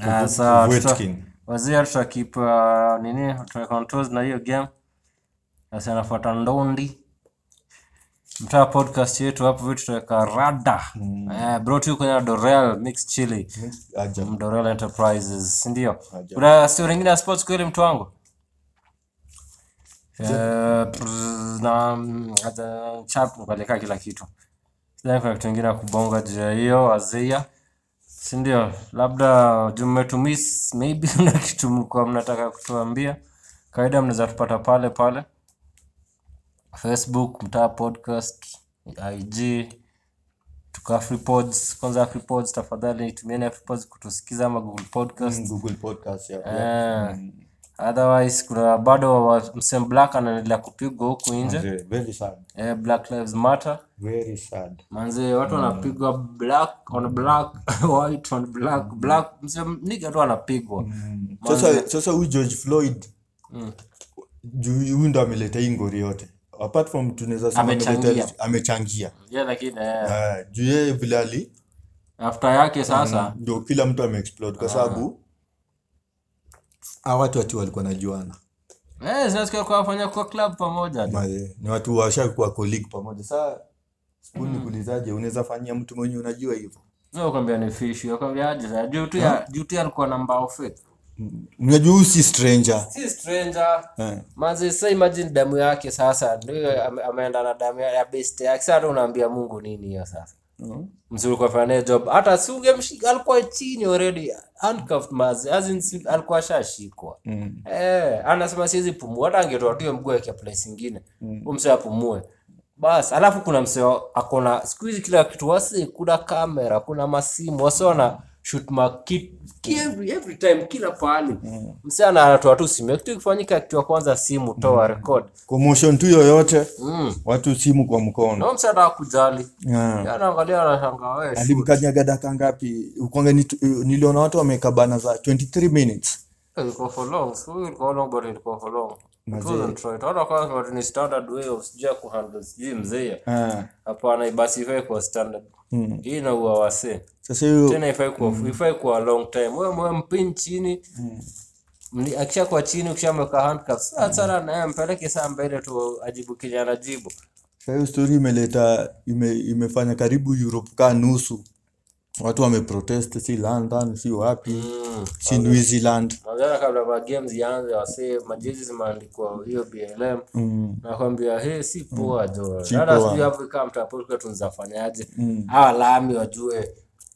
[SPEAKER 1] Ah, sawa, tuta-
[SPEAKER 2] Povetkin.
[SPEAKER 1] wazia tutakip uh, nini tutaweka on toes na hiyo game sasa anafuata ndondi mtaa podcast yetu hapo vitu tutaweka rada mm. eh, brought to you kwenye dorel mixed chili
[SPEAKER 2] Aja.
[SPEAKER 1] dorel enterprises sindio
[SPEAKER 2] Ajabu.
[SPEAKER 1] kuna stori ingine ya sports kweli mtu wangu Eh, prr, na mm, hata chap nikualika kila kitu sidhani kuna kitu ingine ya kubonga juu ya hiyo wazia sindio labda jumetumis maybe na kitu mlikuwa mnataka kutuambia kawaida mnaweza tupata pale pale facebook mtaa podcast ig tuko afripods kwanza afripods tafadhali tumieni afripods kutusikiza ama google podcast
[SPEAKER 2] Google Podcast ya pia.
[SPEAKER 1] Eh, otherwise kuna bado wa- msem black anaendelea kupigwa huku nje
[SPEAKER 2] Mzee, Very sad.
[SPEAKER 1] eh, black lives matter
[SPEAKER 2] Very sad.
[SPEAKER 1] manze watu wanapigwa black on black white on black black msem niga tu anapigwa
[SPEAKER 2] Mm. Sasa sasa huyu George Floyd
[SPEAKER 1] Mm.
[SPEAKER 2] juu huyu ndo ameleta hii ngori yote. Apart from tunaweza sema
[SPEAKER 1] Amechangia.
[SPEAKER 2] ameleta- amechangia.
[SPEAKER 1] yeah, lakini eh,
[SPEAKER 2] Ah, juu yeye vile ali
[SPEAKER 1] after yake sasa
[SPEAKER 2] ndio kila mtu ameexplode
[SPEAKER 1] Ah.
[SPEAKER 2] kwa sababu hawa watu ati walikuwa najuana.
[SPEAKER 1] eh, zinasikia kwa wafanya kwa club pamoja
[SPEAKER 2] Ma- eh, Ni watu washakuwa colleague pamoja. Sasa siku
[SPEAKER 1] Mm.
[SPEAKER 2] nikuulizaje unaweza fanyia mtu mwenyewe unajua hivyo?
[SPEAKER 1] sio kwambia ni fish kwambia aje sasa juu tu ya juu tu ya alikuwa na mbao fake
[SPEAKER 2] Unajua huyu si stranger.
[SPEAKER 1] si stranger
[SPEAKER 2] Eh.
[SPEAKER 1] manze sasa imagine damu yake sasa ndio ame- ameenda na damu ya ya best yake sasa ndio unaambia Mungu nini hiyo sasa mzuri kwa fanya naye job hata si ungemshika alikuwa chini already handcuffed manze as in si- alikuwa shashikwa
[SPEAKER 2] Mm.
[SPEAKER 1] eh anasema siwezi pumua hata angetoa tu hiyo mguu yake place nyingine mm. msee apumue bas alafu kuna msee akona siku hizi kila kitu wasi kuna kamera kuna masimu wasi wana shootmark ki, ki every, every time kila pahali msichana anatoa tu simu kitu kifanyika kitu ya kwanza simu toa record
[SPEAKER 2] commotion tu yoyote
[SPEAKER 1] mm. Oh.
[SPEAKER 2] watu simu kwa mkono
[SPEAKER 1] nao msichana akujali
[SPEAKER 2] yeah.
[SPEAKER 1] anaangalia anashanga Yaani wewe
[SPEAKER 2] alimkanyaga daka ngapi ukwanga niliona watu wameweka bana za 23 minutes
[SPEAKER 1] ilikuwa for long sijui ilikuwa long but ilikuwa for long It
[SPEAKER 2] Mazee.
[SPEAKER 1] wasn't right. Hata kama but ni standard way of sijui ya kuhandle sijui mzee
[SPEAKER 2] Ah,
[SPEAKER 1] hapana ibasi ifai kuwa standard hii inaua wasee
[SPEAKER 2] sasa hiyo
[SPEAKER 1] tena ifai kuwa ifai kuwa long time wewe mwe mpin chini mli akisha kwa chini ukishamweka handcuffs sasa sana naye mpeleke saa mbele tu ajibu kenye anajibu
[SPEAKER 2] sasa hiyo story imeleta ime, imefanya karibu Europe kaa nusu watu wameprotest si London si wapi
[SPEAKER 1] Mm.
[SPEAKER 2] si New Zealand
[SPEAKER 1] Naona kabla ma games yaanze wasee majezi zimeandikwa hiyo BLM
[SPEAKER 2] mm.
[SPEAKER 1] nakwambia he si poa jo
[SPEAKER 2] Si
[SPEAKER 1] hata
[SPEAKER 2] poa. Mm.
[SPEAKER 1] sijui hapo kama mtapoka tunzafanyaje hawa lami wajue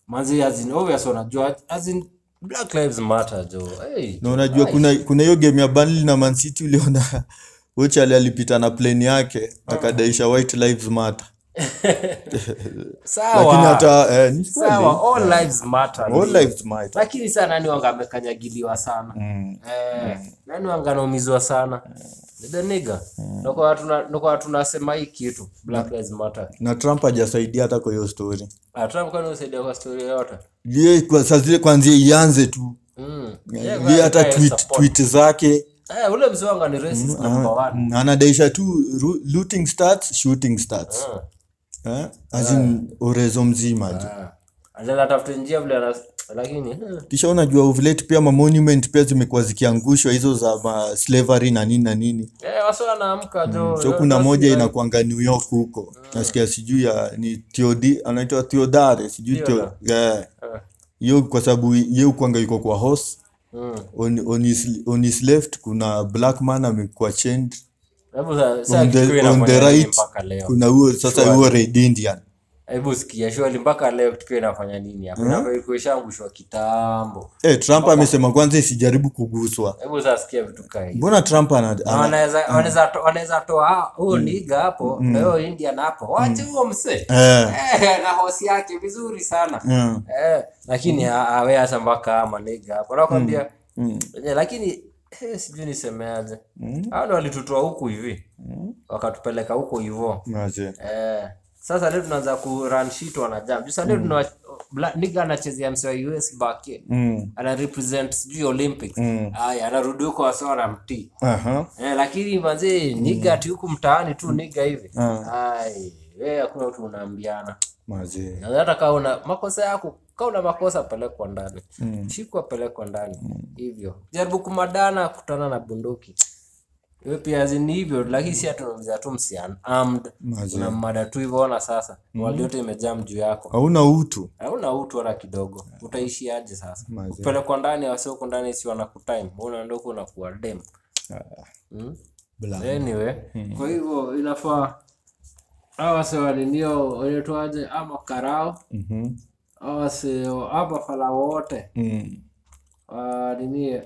[SPEAKER 1] manzi as in obvious wanajua as in black lives matter jo hey,
[SPEAKER 2] na unajua kuna kuna hiyo game ya Burnley na Man City uliona Ochale alipita na plane yake akadaisha
[SPEAKER 1] Uh-huh.
[SPEAKER 2] White Lives Matter lakini
[SPEAKER 1] sawa
[SPEAKER 2] hata eh, ni kweli.
[SPEAKER 1] sawa all lives matter
[SPEAKER 2] All lives matter
[SPEAKER 1] lakini saa nani wanga amekanyagiliwa sana
[SPEAKER 2] Mm.
[SPEAKER 1] eh, nani wanga anaumizwa sana the nigga
[SPEAKER 2] Mm.
[SPEAKER 1] nakuwa tunasema hii kitu black lives matter
[SPEAKER 2] na Trump hajasaidia hata kwa hiyo story
[SPEAKER 1] atamkanisaidia kwa story yoyote
[SPEAKER 2] Yeye kwa saa zile kwanzia ianze tu
[SPEAKER 1] Mm. Yeah,
[SPEAKER 2] Yeye hata
[SPEAKER 1] guy
[SPEAKER 2] tweet,
[SPEAKER 1] support.
[SPEAKER 2] tweet zake
[SPEAKER 1] Eh, ule mzee wangu ni racist number one.
[SPEAKER 2] mm, anadaisha tu ru- looting starts shooting starts
[SPEAKER 1] Ah.
[SPEAKER 2] eh? as in orezo mzima tu.
[SPEAKER 1] Ah. Anaenda atafuta njia vile ana- lakini eh,
[SPEAKER 2] kisha unajua ovulate pia mamonument pia zimekuwa zikiangushwa hizo za ma slavery na nini na nini
[SPEAKER 1] eh, wasi wanaamka jo
[SPEAKER 2] Mm, so
[SPEAKER 1] eh,
[SPEAKER 2] kuna
[SPEAKER 1] wasi
[SPEAKER 2] moja
[SPEAKER 1] like-
[SPEAKER 2] inakuanga New York huko nasikia sijui ya ni Theod anaitwa Theodore sijui Theo- eh.
[SPEAKER 1] Eh,
[SPEAKER 2] hiyo kwa sababu ye ukwanga yuko kwa horse
[SPEAKER 1] mm.
[SPEAKER 2] on, on, his, on his left kuna black man amekuwa chained
[SPEAKER 1] Hebu sa- sa
[SPEAKER 2] on the,
[SPEAKER 1] Kikuyu
[SPEAKER 2] on the
[SPEAKER 1] inafanya nini
[SPEAKER 2] right
[SPEAKER 1] mpaka leo
[SPEAKER 2] kuna huo sasa huo red indian
[SPEAKER 1] hebu sikia shwali mpaka leo tukiwa inafanya nini hapa Inafaa ikuwe ishaangushwa kitambo
[SPEAKER 2] eh, trump amesema kwanza isijaribu kuguswa
[SPEAKER 1] hebu sasa sikia vitu kaa hivi
[SPEAKER 2] mbona Mm. trump ana,
[SPEAKER 1] Na
[SPEAKER 2] ana,
[SPEAKER 1] wanaweza- wanaweza to- wanaweza toa ah, huyo niga hapo na huyo indian hapo wache huo msee
[SPEAKER 2] Mm. eh,
[SPEAKER 1] Eh, na hosi yake vizuri sana
[SPEAKER 2] eh,
[SPEAKER 1] Eh, lakini ha- awe hasa mpaka ama niga hapo nakwambia Eh, lakini eh, sijui nisemeaje hao ndo walitutoa huku hivi wakatupeleka huko hivo
[SPEAKER 2] mazee.
[SPEAKER 1] eh, sasa leo tunaanza kuran shit wanajam juu saleo tuna bla- niga anachezea msi wa us bake
[SPEAKER 2] Mm,
[SPEAKER 1] anarepresent sijui olympics aya anarudi huko wasa wanamtii
[SPEAKER 2] aha,
[SPEAKER 1] Eh, lakini manzee niga ati huku mtaani tu niga hivi
[SPEAKER 2] Mm.
[SPEAKER 1] ai we hakuna mtu unaambiana
[SPEAKER 2] mazee.
[SPEAKER 1] Na hata kama una makosa yako kama una makosa pelekwa ndani shikwa pelekwa ndani hivyo jaribu kumadana kutana na bunduki hiyo pia zini hivyo lakini si atunamza tu msian armed
[SPEAKER 2] Mazee.
[SPEAKER 1] una mada tu hivyo ona sasa mm. yote imejaa mjuu yako
[SPEAKER 2] hauna utu
[SPEAKER 1] hauna utu hata kidogo utaishi aje sasa
[SPEAKER 2] Mazee.
[SPEAKER 1] kupelekwa ndani wasioko ndani si wanakutime unaenda huko unakuwa dem
[SPEAKER 2] Ah,
[SPEAKER 1] mm?
[SPEAKER 2] Bla.
[SPEAKER 1] anyway kwa hivyo inafaa awase waninio wanaitwaje ama karao
[SPEAKER 2] Mhm,
[SPEAKER 1] awase ama fala wote
[SPEAKER 2] mm,
[SPEAKER 1] ah, nini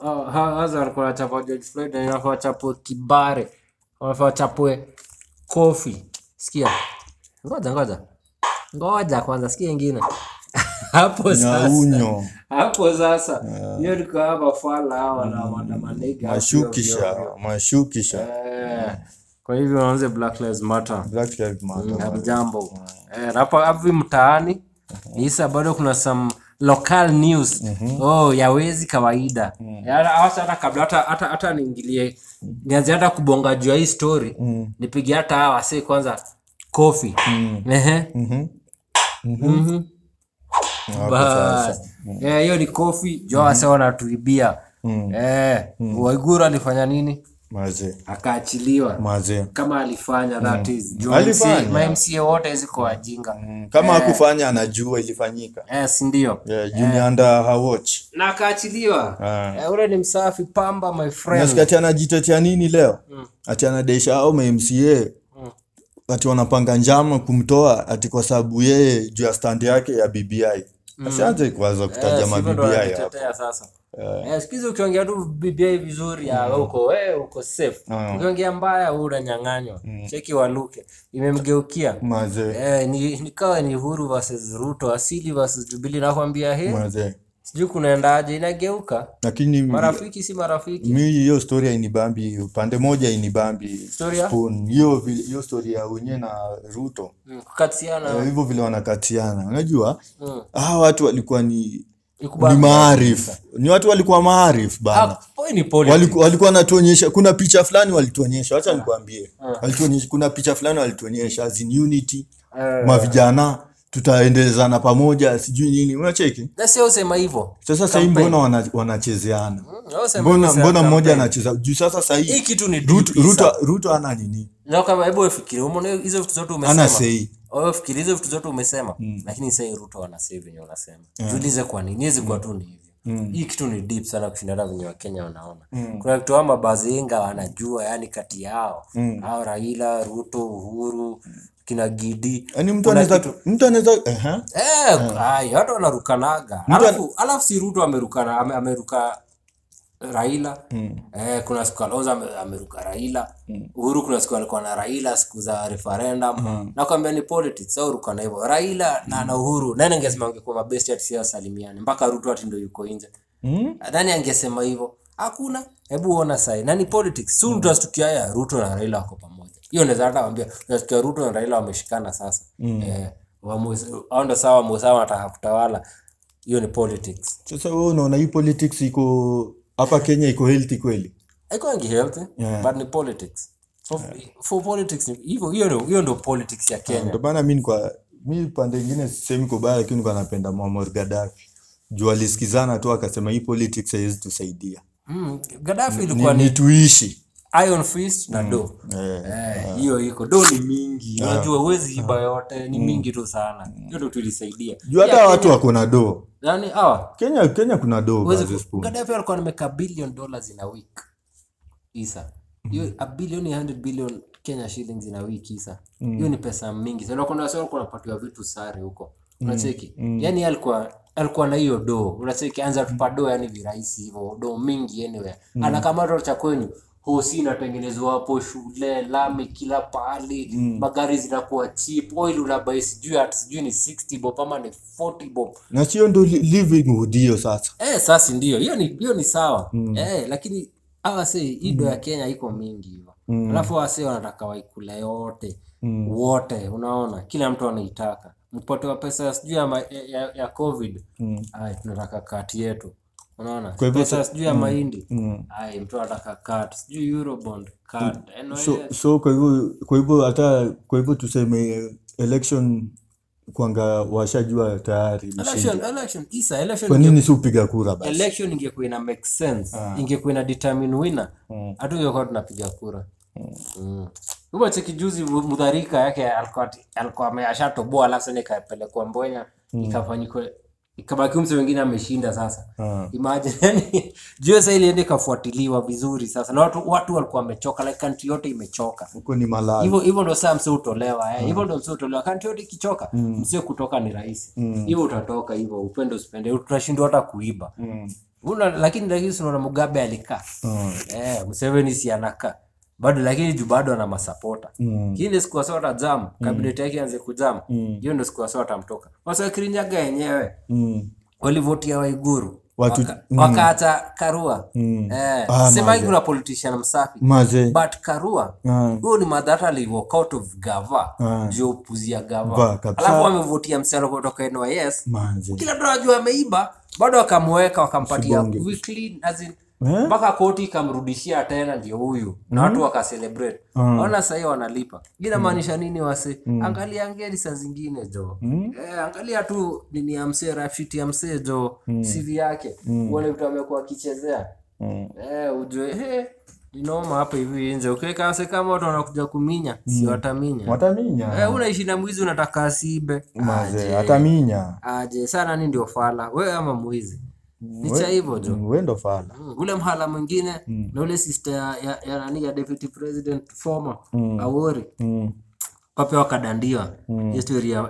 [SPEAKER 1] ah, ha- haza walikuwa wanachapa George Floyd na inafaa wachapwe kibare wanafaa wachapwe kofi sikia ngoja ngoja ngoja kwanza sikia ingine hapo sasa
[SPEAKER 2] nyaunyo
[SPEAKER 1] hapo sasa hiyo niko hapa fala hawa na wanamaniga
[SPEAKER 2] mashukisha mashukisha
[SPEAKER 1] Eh, kwa hivyo wanze black lives matter
[SPEAKER 2] Black Lives Matter.
[SPEAKER 1] Mm. hamjambo Eh, na hapa hapi mtaani isa bado kuna some local news oh yawezi kawaida Eh, hata hata- hata kabla hata- hata hata niingilie nianze hata kubonga juu ya hii story nipige hata hawa wase kwanza kofi Ehe. Mhm. Bas. Eh, hiyo ni kofi juu hawa wase wanatuibia Eh, waiguru alifanya nini
[SPEAKER 2] mazee
[SPEAKER 1] akaachiliwa
[SPEAKER 2] mazee
[SPEAKER 1] kama alifanya that is juu
[SPEAKER 2] Alifanya.
[SPEAKER 1] MC mamca wote ziko wajinga
[SPEAKER 2] Mm, kama hakufanya anajua ilifanyika
[SPEAKER 1] eh, sindio
[SPEAKER 2] yeah, you ni under her watch
[SPEAKER 1] na akaachiliwa
[SPEAKER 2] Ah.
[SPEAKER 1] eh, ule ni msafi pamba my friend
[SPEAKER 2] nasikia ati anajitetea nini leo
[SPEAKER 1] Hmm.
[SPEAKER 2] ati anadeisha au mamca ati wanapanga njama kumtoa ati kwa sababu yeye juu ya stand yake ya bbi
[SPEAKER 1] Hmm.
[SPEAKER 2] asianze kuanza
[SPEAKER 1] Eh,
[SPEAKER 2] kutaja mabibi hayo hapo.
[SPEAKER 1] mabibiayotetea sasa Eh, siku hizi ukiongea tu bibi vizuri ya uko we uko safe
[SPEAKER 2] Mm.
[SPEAKER 1] ukiongea mbaya wewe unanyang'anywa cheki waluke imemgeukia
[SPEAKER 2] mazee
[SPEAKER 1] eh, ni, nikawa ni huru versus ruto asili versus jubili nakwambia he
[SPEAKER 2] mazee
[SPEAKER 1] sijui kunaendaje inageuka
[SPEAKER 2] lakini
[SPEAKER 1] marafiki si marafiki
[SPEAKER 2] mi hiyo story hainibambi upande moja inibambi
[SPEAKER 1] Story ya?
[SPEAKER 2] spoon hiyo vi- hiyo story ya wenyewe na ruto
[SPEAKER 1] Mm, kukatiana
[SPEAKER 2] Eh, hivyo vile wanakatiana unajua
[SPEAKER 1] mm.
[SPEAKER 2] hawa watu walikuwa ni ni
[SPEAKER 1] Ikubali.
[SPEAKER 2] maarifu ni watu walikuwa maarifu bana
[SPEAKER 1] Ah, boy ni politics.
[SPEAKER 2] Waliku- walikuwa wanatuonyesha kuna picha fulani walituonyesha
[SPEAKER 1] Ah.
[SPEAKER 2] wacha nikwambie walituonyesha kuna picha fulani walituonyesha as in unity
[SPEAKER 1] Eh,
[SPEAKER 2] mavijana tutaendelezana pamoja sijui nini unacheki
[SPEAKER 1] na sio usema hivyo
[SPEAKER 2] sasa sahii mbona wana- wanachezeana
[SPEAKER 1] Mm, wewe usema
[SPEAKER 2] mbona
[SPEAKER 1] hivyo,
[SPEAKER 2] mbona
[SPEAKER 1] sasa.
[SPEAKER 2] mmoja anacheza juu sasa
[SPEAKER 1] hii
[SPEAKER 2] sahii
[SPEAKER 1] kitu ni
[SPEAKER 2] Ruto-
[SPEAKER 1] deep
[SPEAKER 2] Ruto-
[SPEAKER 1] sana.
[SPEAKER 2] ruto ana nini
[SPEAKER 1] Na kama hebu ufikirie umeona hizo vitu zote umesema
[SPEAKER 2] ana sei
[SPEAKER 1] wewe fikiri hizo vitu zote umesema
[SPEAKER 2] Hmm.
[SPEAKER 1] lakini sasa hii ruto anasei venye unasema jiulize kwa nini hizi
[SPEAKER 2] Hmm.
[SPEAKER 1] kwa tu ni hivyo hii kitu ni deep sana kushinda hata venye wakenya wanaona
[SPEAKER 2] Hmm.
[SPEAKER 1] kuna kitu ama bazinga wanajua yani kati yao
[SPEAKER 2] Hmm.
[SPEAKER 1] hao raila ruto uhuru kina gidi
[SPEAKER 2] yaani mtu
[SPEAKER 1] Kuna
[SPEAKER 2] anaweza mtu anaweza ehe.
[SPEAKER 1] Eh, hai, watu wanarukanaga alafu, alafu si ruto amerukana ame, ameruka raila eh, kuna siku aloza ame- ameruka raila uhuru kuna siku alikuwa na raila siku za referendum nakwambia ni politics au rukana hivyo raila na, na uhuru nani angesema angekuwa mabesti ati sio salimiani mpaka ruto ati ndo yuko nje
[SPEAKER 2] Mm?
[SPEAKER 1] nani angesema hivyo hakuna hebu uona sai na ni politics soon tutasikia haya ruto na raila wako pamoja hiyo naweza hata wambia tutasikia ruto na raila wameshikana sasa
[SPEAKER 2] Mm.
[SPEAKER 1] eh, wamu- hao ndo sawa wamusawa wanataka kutawala hiyo ni politics
[SPEAKER 2] sasa wewe unaona hii politics iko hapa kenya iko healthy kweli
[SPEAKER 1] haikuangi healthy
[SPEAKER 2] Yeah.
[SPEAKER 1] but ni politics so, for politics ni- hivyo hiyo ndio- hiyo ndo politics ya kenya
[SPEAKER 2] ndio maana mi kwa mi pande ingine sisemi kwa baya lakini nilikuwa napenda Muammar Gaddafi juu alisikizana tu akasema hii politics haiwezi tusaidia
[SPEAKER 1] mm, gaddafi ilikuwa
[SPEAKER 2] ni,
[SPEAKER 1] ni
[SPEAKER 2] ni tuishi
[SPEAKER 1] iron fist na do
[SPEAKER 2] Eh,
[SPEAKER 1] Eh, hiyo iko do ni mingi unajua huwezi iba yote
[SPEAKER 2] Mm.
[SPEAKER 1] ni mingi tu sana hiyo ndo tulisaidia
[SPEAKER 2] juu hata watu wako na doo
[SPEAKER 1] yani hawa
[SPEAKER 2] kenya kenya kuna doo
[SPEAKER 1] huwezi
[SPEAKER 2] baadhi
[SPEAKER 1] ku-
[SPEAKER 2] spoon.
[SPEAKER 1] Gaddafi alikuwa anameka billion dollars in a week isa hiyo a billion 100 billion Kenya shillings in a week isa hiyo ni pesa mingi sana kuna sio alikuwa anapatiwa vitu sare huko unacheki yani alikuwa alikuwa na hiyo do unacheki anza tupa do yani virahisi hivyo do mingi anywhere anakamata cha kwenu hosi inatengenezwa hapo shule lami kila pahali magari zinakuwa cheap oil unabai sijui at sijui ni 60 bob ama ni 40 bob
[SPEAKER 2] na sio ndo li- living hood hiyo sasa
[SPEAKER 1] Eh, sasa ndio hiyo ni hiyo ni sawa
[SPEAKER 2] Mm.
[SPEAKER 1] eh, lakini awase ido ya Kenya iko mingi hivyo
[SPEAKER 2] Mm.
[SPEAKER 1] alafu wase wanataka waikula yote wote, unaona kila mtu anaitaka mpote wa pesa sijui ya, ma- ya, ya COVID Ai, tunataka kati yetu unaona
[SPEAKER 2] Mm. Kwa hivyo Mm.
[SPEAKER 1] pesa sijui ya mahindi ai mtu anataka cut sijui eurobond cut NYS.
[SPEAKER 2] Mm. so, so kwa hivyo kwa hivyo hata kwa hivyo tuseme eh, election kwanga washajua tayari mshindi.
[SPEAKER 1] election election isa election
[SPEAKER 2] kwa nini si upiga kura basi
[SPEAKER 1] election ingekuwa ina make sense ingekuwa ina determine winner hata hiyo kwa tunapiga kura Mm. Huwa cheki juzi Mu- mudharika yake alikuwa ati- alikuwa ame- ashatoboa alafu sasa ikapelekwa mbonya ikafanyikwa ikabaki mse wengine ameshinda sasa
[SPEAKER 2] Hmm. Ah,
[SPEAKER 1] imagine yani juu sasa ilienda ikafuatiliwa vizuri sasa na watu watu walikuwa wamechoka like country yote imechoka
[SPEAKER 2] huko ni malali
[SPEAKER 1] hivyo hivyo ndo saa msee utolewa eh. hivyo ndo msee utolewa kanti yote ikichoka msee kutoka ni rahisi hivyo utatoka hivyo upende usipende tunashindwa hata kuiba Una, lakini lakini sinaona mugabe alikaa
[SPEAKER 2] Ah,
[SPEAKER 1] eh, museveni si anakaa bado lakini juu bado ana masapota mm. hii ndio siku wasa watajam
[SPEAKER 2] Mm.
[SPEAKER 1] kabineti yake anze kujam hiyo ndio siku wasa watamtoka wasakirinyaga yenyewe
[SPEAKER 2] mm.
[SPEAKER 1] walivotia waiguru
[SPEAKER 2] Watu- Mm.
[SPEAKER 1] Waka- wakaacha karua eh,
[SPEAKER 2] Ah,
[SPEAKER 1] sema hii kuna politician msafi
[SPEAKER 2] mazee
[SPEAKER 1] but karua
[SPEAKER 2] Mm.
[SPEAKER 1] huyo ni madhara aliwalk out of gava juu ya upuzi ya
[SPEAKER 2] Va,
[SPEAKER 1] gava
[SPEAKER 2] kabisa.
[SPEAKER 1] alafu amevutia msero kutoka nys
[SPEAKER 2] manze
[SPEAKER 1] kila mtu anajua ameiba bado wakamweka wakampatia
[SPEAKER 2] Usibonge.
[SPEAKER 1] weekly, as in,
[SPEAKER 2] Eh?
[SPEAKER 1] mpaka koti ikamrudishia tena ndio huyu na watu wakacelebrate ona sahii wanalipa inamaanisha nini wase angalia angeli saa zingine jo eh, angalia tu nini ya msee rafshiti ya msee jo sivi yake uone vitu amekuwa akichezea
[SPEAKER 2] Mm.
[SPEAKER 1] Eh, ujue he, ni noma hapa hivi nje ukiweka wase kama watu wanakuja kuminya si wataminya
[SPEAKER 2] wataminya
[SPEAKER 1] eh, unaishi na mwizi unataka asibe
[SPEAKER 2] mazee ataminya
[SPEAKER 1] aje saa nani ndio fala wewe ama mwizi ni cha hivyo jo
[SPEAKER 2] wendo fala
[SPEAKER 1] Mm, ule mhala mwingine
[SPEAKER 2] Mm.
[SPEAKER 1] na ule sister ya, ya, ya nani ya deputy president former awori
[SPEAKER 2] mm.
[SPEAKER 1] kapewa kadandia
[SPEAKER 2] Mm.
[SPEAKER 1] histori ya,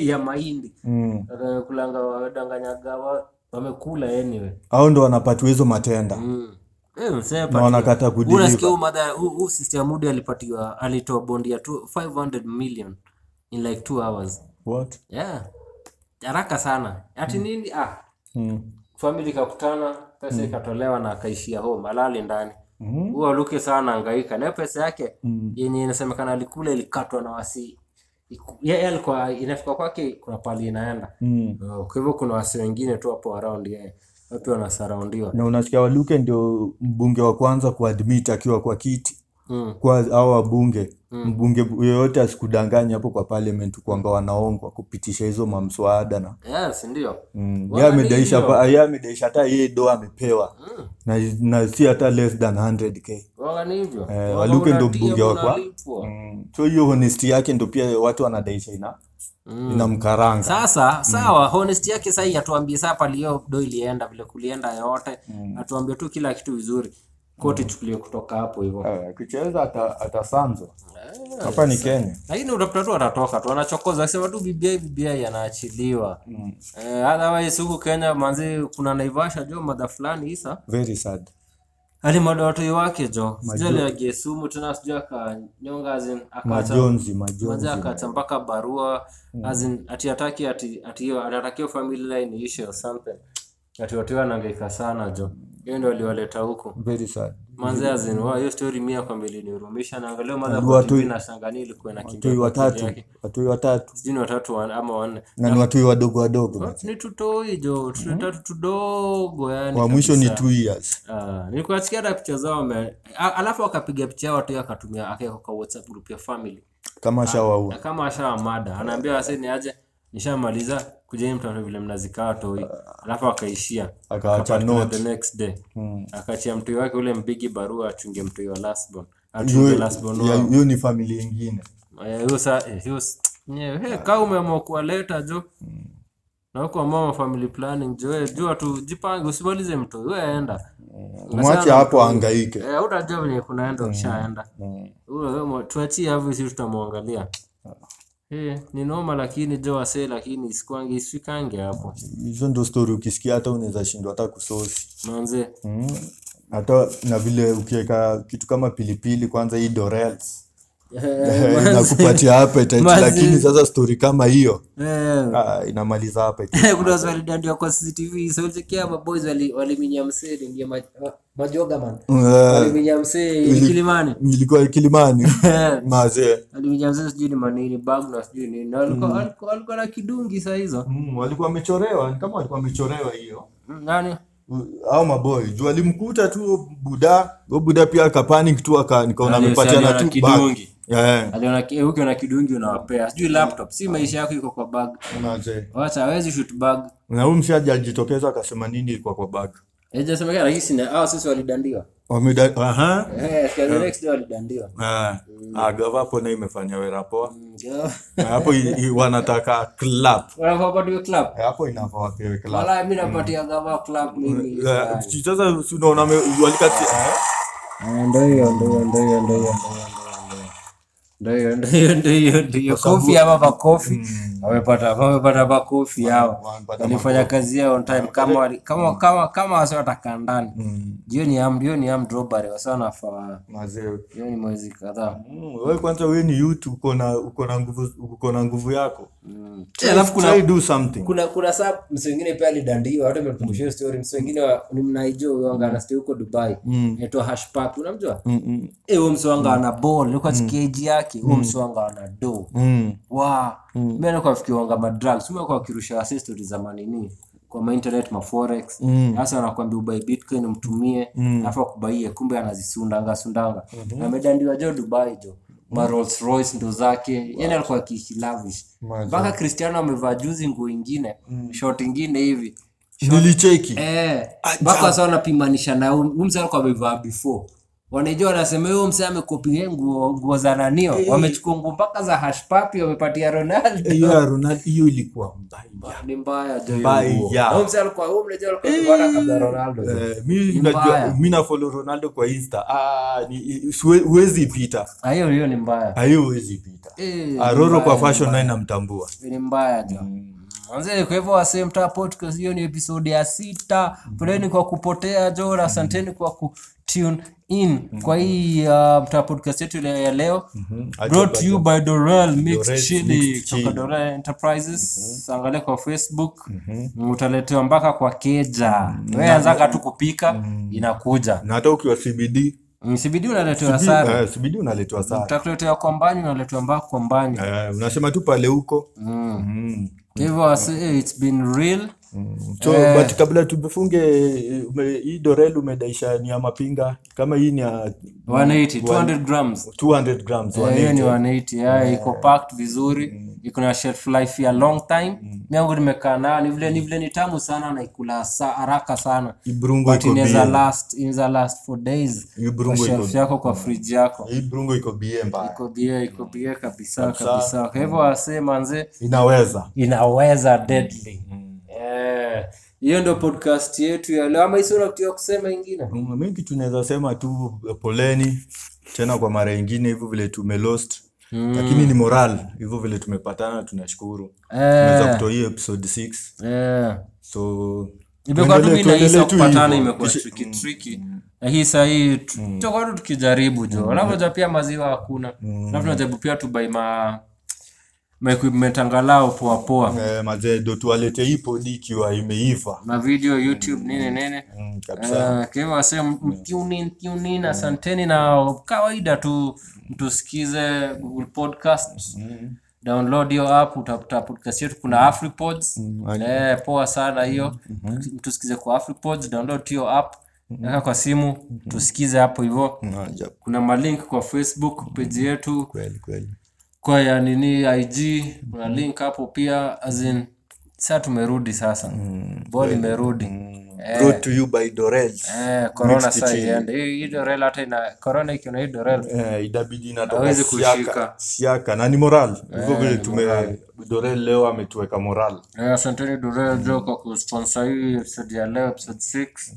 [SPEAKER 1] ya mahindi
[SPEAKER 2] mm.
[SPEAKER 1] kulanga wadanganyaga wa- wamekula anyway
[SPEAKER 2] au ndo wanapatiwa hizo matenda
[SPEAKER 1] Mm. Eh, msee
[SPEAKER 2] na
[SPEAKER 1] apatiwa.
[SPEAKER 2] wanakata
[SPEAKER 1] unasikia
[SPEAKER 2] kudiliva
[SPEAKER 1] huu madha huu huu sister Mudi alipatiwa alitoa bondi ya two- 500 million in like two hours
[SPEAKER 2] what
[SPEAKER 1] yeah haraka sana ati nini ah
[SPEAKER 2] mm.
[SPEAKER 1] famili ikakutana pesa ikatolewa na akaishia home alali ndani
[SPEAKER 2] Mm.
[SPEAKER 1] huo aluke sana anahangaika na hiyo pesa yake
[SPEAKER 2] Mm.
[SPEAKER 1] yenye inasemekana alikula ilikatwa na wasii Iku- yeye alikuwa inafika kwake kuna pali inaenda
[SPEAKER 2] Mm.
[SPEAKER 1] Oh, kwa hivyo kuna wasi wengine tu hapo around yeye watu wanasaraundiwa
[SPEAKER 2] na unasikia waluke ndio mbunge wa kwanza kuadmit akiwa kwa kiti
[SPEAKER 1] mm.
[SPEAKER 2] kwa au wabunge mbunge yoyote asikudanganye hapo kwa parliament kwamba wanaongwa kupitisha hizo mamswada na
[SPEAKER 1] yes ndio
[SPEAKER 2] mm.
[SPEAKER 1] Wala
[SPEAKER 2] yeye amedaisha
[SPEAKER 1] ndivyo.
[SPEAKER 2] pa- yeye amedaisha hata yeye do amepewa
[SPEAKER 1] Mm.
[SPEAKER 2] na, na si hata less than 100k
[SPEAKER 1] waga ni hivyo
[SPEAKER 2] Eh,
[SPEAKER 1] Waga
[SPEAKER 2] Waluke ndo
[SPEAKER 1] unatia,
[SPEAKER 2] mbunge wa kwa-
[SPEAKER 1] unalipwa.
[SPEAKER 2] mm. so hiyo honesty yake ndo pia watu wanadaisha ina
[SPEAKER 1] Mm.
[SPEAKER 2] inamkaranga
[SPEAKER 1] sasa sawa honest yake sahii atuambie saa palio do ilienda vile kulienda yote
[SPEAKER 2] Mm.
[SPEAKER 1] atuambie tu kila kitu vizuri koti chukulie kutoka hapo hivo
[SPEAKER 2] Eh, akicheza atasanzwa hapa ni kenya
[SPEAKER 1] lakini utakuta tu atatoka tu anachokoza akisema tu bibi bibi anaachiliwa mm. eh, otherwise huku kenya manzi kuna naivasha jo madha fulani isa
[SPEAKER 2] very sad
[SPEAKER 1] alimadawatoi wake jo sijui
[SPEAKER 2] Majo-
[SPEAKER 1] aliagie sumu tena sijui akanyonga azin akaacha
[SPEAKER 2] majonzi
[SPEAKER 1] mazi
[SPEAKER 2] majonzi
[SPEAKER 1] akaacha mpaka barua azin ati ataki ati ati hiyo anatakio family line iishe or something ati watu wanaangaika sana jo hiyo ndio aliwaleta huku
[SPEAKER 2] very sad
[SPEAKER 1] manzi azin wa hiyo story mia kwa mbili nihurumisha naangalia madha
[SPEAKER 2] Ndio
[SPEAKER 1] kwa
[SPEAKER 2] watoi-
[SPEAKER 1] TV na shangani ilikuwa na
[SPEAKER 2] watui watatu watui watatu
[SPEAKER 1] sijui ni watatu wan- ama wanne
[SPEAKER 2] na ni watui wadogo wadogo
[SPEAKER 1] ni tutoi jo tutatu tudogo yani
[SPEAKER 2] Mm-hmm. wa mwisho ni two years
[SPEAKER 1] Ah, nilikuwa nasikia hata picha zao wame- a- alafu akapiga picha yao tu akatumia akaweka kwa whatsapp group ya family
[SPEAKER 2] kama shawaua
[SPEAKER 1] na kama ashawa mada anaambia wase ni aje nishamaliza kujeni mtoto vile mnazikaa toi alafu akaishia
[SPEAKER 2] akaacha
[SPEAKER 1] Akapatikana
[SPEAKER 2] note
[SPEAKER 1] the next day
[SPEAKER 2] Mm.
[SPEAKER 1] akachia mtoi wake ule mbigi barua achunge mtoi wa lastborn
[SPEAKER 2] hiyo
[SPEAKER 1] achunge lastborn
[SPEAKER 2] ya-
[SPEAKER 1] wao
[SPEAKER 2] hiyo ni familia ingine
[SPEAKER 1] Eh, hiyo sa eh, hiyo s- nye, he, kaa umeamua kuwaleta jo na huko mama family planning jo eh, jua tu jipange usimalize mtoi weenda
[SPEAKER 2] mwache hapo aangaike
[SPEAKER 1] Eh, utajua venye kunaenda ushaenda Huyo- huyo mwa- tuachie hapo si tutamwangalia Eh, ni noma lakini jo wasee lakini isikwangi isikange hapo
[SPEAKER 2] hizo ndo story ukisikia hata unaweza shindwa hata kusosi
[SPEAKER 1] manze
[SPEAKER 2] Mm. hata na vile ukiweka kitu kama pilipili kwanza hii dorels
[SPEAKER 1] Eh,
[SPEAKER 2] inakupatia appetite
[SPEAKER 1] Mazi-
[SPEAKER 2] lakini sasa story kama hiyo
[SPEAKER 1] eh.
[SPEAKER 2] ah, inamaliza appetite
[SPEAKER 1] kuna wasi walidandiwa kwa cctv sochekia maboys wali- waliminya msee ndiye ma- wa- majoga man
[SPEAKER 2] Eh,
[SPEAKER 1] waliminya msee kilimani
[SPEAKER 2] nilikuwa kilimani mazee
[SPEAKER 1] waliminya msee sijui ni manini bag na sijui nini Na walikuwa- walikuwa walikuwa na kidungi saa hizo
[SPEAKER 2] Mm, walikuwa wamechorewa ni kama walikuwa wamechorewa hiyo
[SPEAKER 1] Mm, nani
[SPEAKER 2] au maboy juu alimkuta tu buda huyo buda pia akapanic tu aka nikaona
[SPEAKER 1] Ali-
[SPEAKER 2] amepatiana
[SPEAKER 1] aliona
[SPEAKER 2] tu back.
[SPEAKER 1] kidungi.
[SPEAKER 2] Eh,
[SPEAKER 1] aliona ki- ukiwa na kidungi unawapea sijui laptop si maisha yako iko kwa bag
[SPEAKER 2] manze.
[SPEAKER 1] wacha hawezi shoot bag
[SPEAKER 2] na huyu mshaji alijitokeza akasema nini ilikuwa kwa bag
[SPEAKER 1] ijasemekana rahisi na hao sisi walidandiwa
[SPEAKER 2] Wameda- aha
[SPEAKER 1] eh sikia the next day walidandiwa
[SPEAKER 2] Eh, ah, gavapo na imefanya wera poa
[SPEAKER 1] Mm, jo.
[SPEAKER 2] Eh, hapo i- i- wanataka clap
[SPEAKER 1] wanafaa wapatiwe club
[SPEAKER 2] Eh, hapo inafaa wapewe clap
[SPEAKER 1] wala mimi napatia gava club mimi
[SPEAKER 2] Eh, sasa si unaona wame- walikati eh?
[SPEAKER 1] Ah, ndio hiyo ndio hiyo ndio hiyo ndio hiyo ndio hiyo ndio hiyo ndio hiyo ndio hiyo kofi ama makofi wamepata wamepata makofi hao
[SPEAKER 2] Wamepata
[SPEAKER 1] walifanya kazi yao on time kama wali- kama kama kama wasio watakaa ndani
[SPEAKER 2] Mm,
[SPEAKER 1] jioni am jioni am drobari wasio wanafaa
[SPEAKER 2] mazee
[SPEAKER 1] hiyo ni mwezi kadhaa
[SPEAKER 2] Mm, wewe kwanza wewe ni youth uko na uko na nguvu uko na nguvu yako Eh,
[SPEAKER 1] Mm.
[SPEAKER 2] Try-
[SPEAKER 1] alafu kuna
[SPEAKER 2] Hmm. try do something
[SPEAKER 1] kuna kuna saa msi wengine pia alidandiwa hata imekumbushia story msi wengine wa- ni mnaijo huyo anga anastai huko dubai naitwa hashpak unamjua
[SPEAKER 2] Mm, mm,
[SPEAKER 1] Eh, huyo msi wanga ana ball nilikuwa sikeji yake huyo msi wanga ana do
[SPEAKER 2] mm.
[SPEAKER 1] wa mimi nilikuwa fikiri wanga madrugs mimi nilikuwa kirusha wase story za manini kwa ma internet ma forex sasa anakuambia ubai bitcoin mtumie alafu akubaie kumbe anazisundanga sundanga amedandiwa jo dubai jo ma Rolls Royce ndo zake yani alikuwa kishilavish
[SPEAKER 2] Mazee.
[SPEAKER 1] mpaka Cristiano amevaa juzi nguo ingine short ingine hivi
[SPEAKER 2] nilicheki
[SPEAKER 1] Eh, mpaka sasa wanapimanisha na huyu- huyu mzee alikuwa amevaa before wanaijua wanasema huyo msee amekopie nguo nguo za nanio
[SPEAKER 2] Eh.
[SPEAKER 1] wamechukua nguo mpaka za hashpapi wamepatia ronaldo
[SPEAKER 2] hiyo ya Eh, Ronaldo hiyo ilikuwa mbaya.
[SPEAKER 1] ni mbaya jo hiyo
[SPEAKER 2] Mbaya.
[SPEAKER 1] nguo. Na huyo msee alikuwa huyo mlejeo alikuwa bwana kabla ronaldo
[SPEAKER 2] Eh, mi
[SPEAKER 1] Ni
[SPEAKER 2] najua
[SPEAKER 1] mbaya.
[SPEAKER 2] mi nafollow Ronaldo kwa Insta. Ah, ni siwe- huwezi pita.
[SPEAKER 1] Ah, hiyo hiyo ni mbaya
[SPEAKER 2] Ah, hiyo huwezi pita.
[SPEAKER 1] Eh,
[SPEAKER 2] Aroro
[SPEAKER 1] mbaya,
[SPEAKER 2] Ah, kwa
[SPEAKER 1] ni
[SPEAKER 2] fashion
[SPEAKER 1] mbaya.
[SPEAKER 2] naye namtambua.
[SPEAKER 1] ni mbaya jo Manze, kwa hivyo wasee mtaa podcast hiyo ni episode ya sita poleni kwa kupotea jo na asanteni kwa ku tune in kwa hii uh, mtaa podcast yetu ile ya leo
[SPEAKER 2] Mhm.
[SPEAKER 1] brought to you by Doral
[SPEAKER 2] Dorel
[SPEAKER 1] Mixed Chili
[SPEAKER 2] Mixed Chili.
[SPEAKER 1] kutoka Doral Enterprises angalia kwa Facebook Mhm. utaletewa mpaka kwa keja wewe anzaka tu kupika inakuja
[SPEAKER 2] Na hata ukiwa CBD,
[SPEAKER 1] Mm, CBD unaletewa sana
[SPEAKER 2] eh, CBD unaletewa sana.
[SPEAKER 1] utakuletewa kwa mbani unaletewa mpaka kwa mbani
[SPEAKER 2] Eh, unasema tu pale huko.
[SPEAKER 1] Mm. Kwa hivyo wasee it's been real
[SPEAKER 2] So,
[SPEAKER 1] Eh.
[SPEAKER 2] but kabla tufunge eh, ume- hii Dorel umedaisha ni ya mapinga kama hii ni ya
[SPEAKER 1] 180 200 grams
[SPEAKER 2] 200 grams.
[SPEAKER 1] Eh, hiyo ni 180
[SPEAKER 2] 180.
[SPEAKER 1] yeah, Mhm. iko packed vizuri iko na shelf life ya long time miangu nimekaa nayo ni vile ni vile ni tamu sana na ikula sa, haraka sana
[SPEAKER 2] Ibrungo
[SPEAKER 1] but
[SPEAKER 2] iko
[SPEAKER 1] inaweza
[SPEAKER 2] BM.
[SPEAKER 1] last inaweza last for days kwa
[SPEAKER 2] Ibrungo iko
[SPEAKER 1] shelf yako kwa fridge yako
[SPEAKER 2] hii Brungo iko BM mbaya.
[SPEAKER 1] iko bia iko bia kabisa kabisa kwa
[SPEAKER 2] Mm.
[SPEAKER 1] hivyo wasee manze
[SPEAKER 2] Inaweza.
[SPEAKER 1] inaweza deadly
[SPEAKER 2] Mm.
[SPEAKER 1] Eh, hiyo ndio podcast yetu ya leo ama isiona kitu ya kusema ingine
[SPEAKER 2] Mm, Mingi tunaweza sema tu eh, poleni tena kwa mara ingine hivyo vile tumelost lakini ni moral hivyo vile tumepatana tunashukuru. Tumeweza
[SPEAKER 1] Mm. eh,
[SPEAKER 2] kutoa hii episode 6.
[SPEAKER 1] eh.
[SPEAKER 2] So
[SPEAKER 1] imekuwa tu
[SPEAKER 2] tuendelee-
[SPEAKER 1] mi nahisi
[SPEAKER 2] tuendelee tu
[SPEAKER 1] kupatana
[SPEAKER 2] hivyo. Mm.
[SPEAKER 1] imekuwa
[SPEAKER 2] Kishi-
[SPEAKER 1] tricky tricky na hii sahii tutakuwa tu tukijaribu
[SPEAKER 2] Mm.
[SPEAKER 1] jo alafu najua pia maziwa hakuna alafu tunajaribu pia tu by ma ma equipment angalau poa poa
[SPEAKER 2] Eh, mazee ndo tuwalete hii podi ikiwa imeiva
[SPEAKER 1] na video youtube nini nini
[SPEAKER 2] Mm, kabisa.
[SPEAKER 1] Eh, kwa hivyo wasee m- tune in, tune in, asanteni na kawaida tu mtusikize Google podcast download hiyo app utakuta podcast yetu kuna afripods eh, poa sana hiyo mtusikize kwa afripods download hiyo app weka kwa simu tusikize hapo hivyo
[SPEAKER 2] Mm, Ajabu.
[SPEAKER 1] kuna malink kwa facebook page yetu
[SPEAKER 2] Kweli kweli.
[SPEAKER 1] kwa ya nini ig kuna link hapo pia as in saa tumerudi sasa bol imerudi
[SPEAKER 2] Brought to you by Dorels.
[SPEAKER 1] Eh, corona
[SPEAKER 2] Mixed
[SPEAKER 1] saa
[SPEAKER 2] chili.
[SPEAKER 1] iende Hii- hii dorel hata ina corona ikiona hii dorel
[SPEAKER 2] Eh, idabidi inatoka
[SPEAKER 1] Hawezi
[SPEAKER 2] siaka-
[SPEAKER 1] kushika.
[SPEAKER 2] siaka na ni moral hivyo vile tume Dorel leo ametuweka moral
[SPEAKER 1] Eh, asanteni dorel jo kwa kusponsor hii episode ya leo episode 6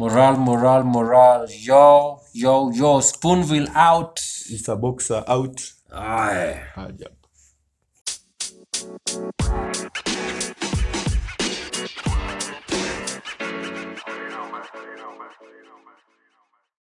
[SPEAKER 1] moral moral moral yo yo yo spoonville out
[SPEAKER 2] Isa boxer out
[SPEAKER 1] Aye.
[SPEAKER 2] ajabu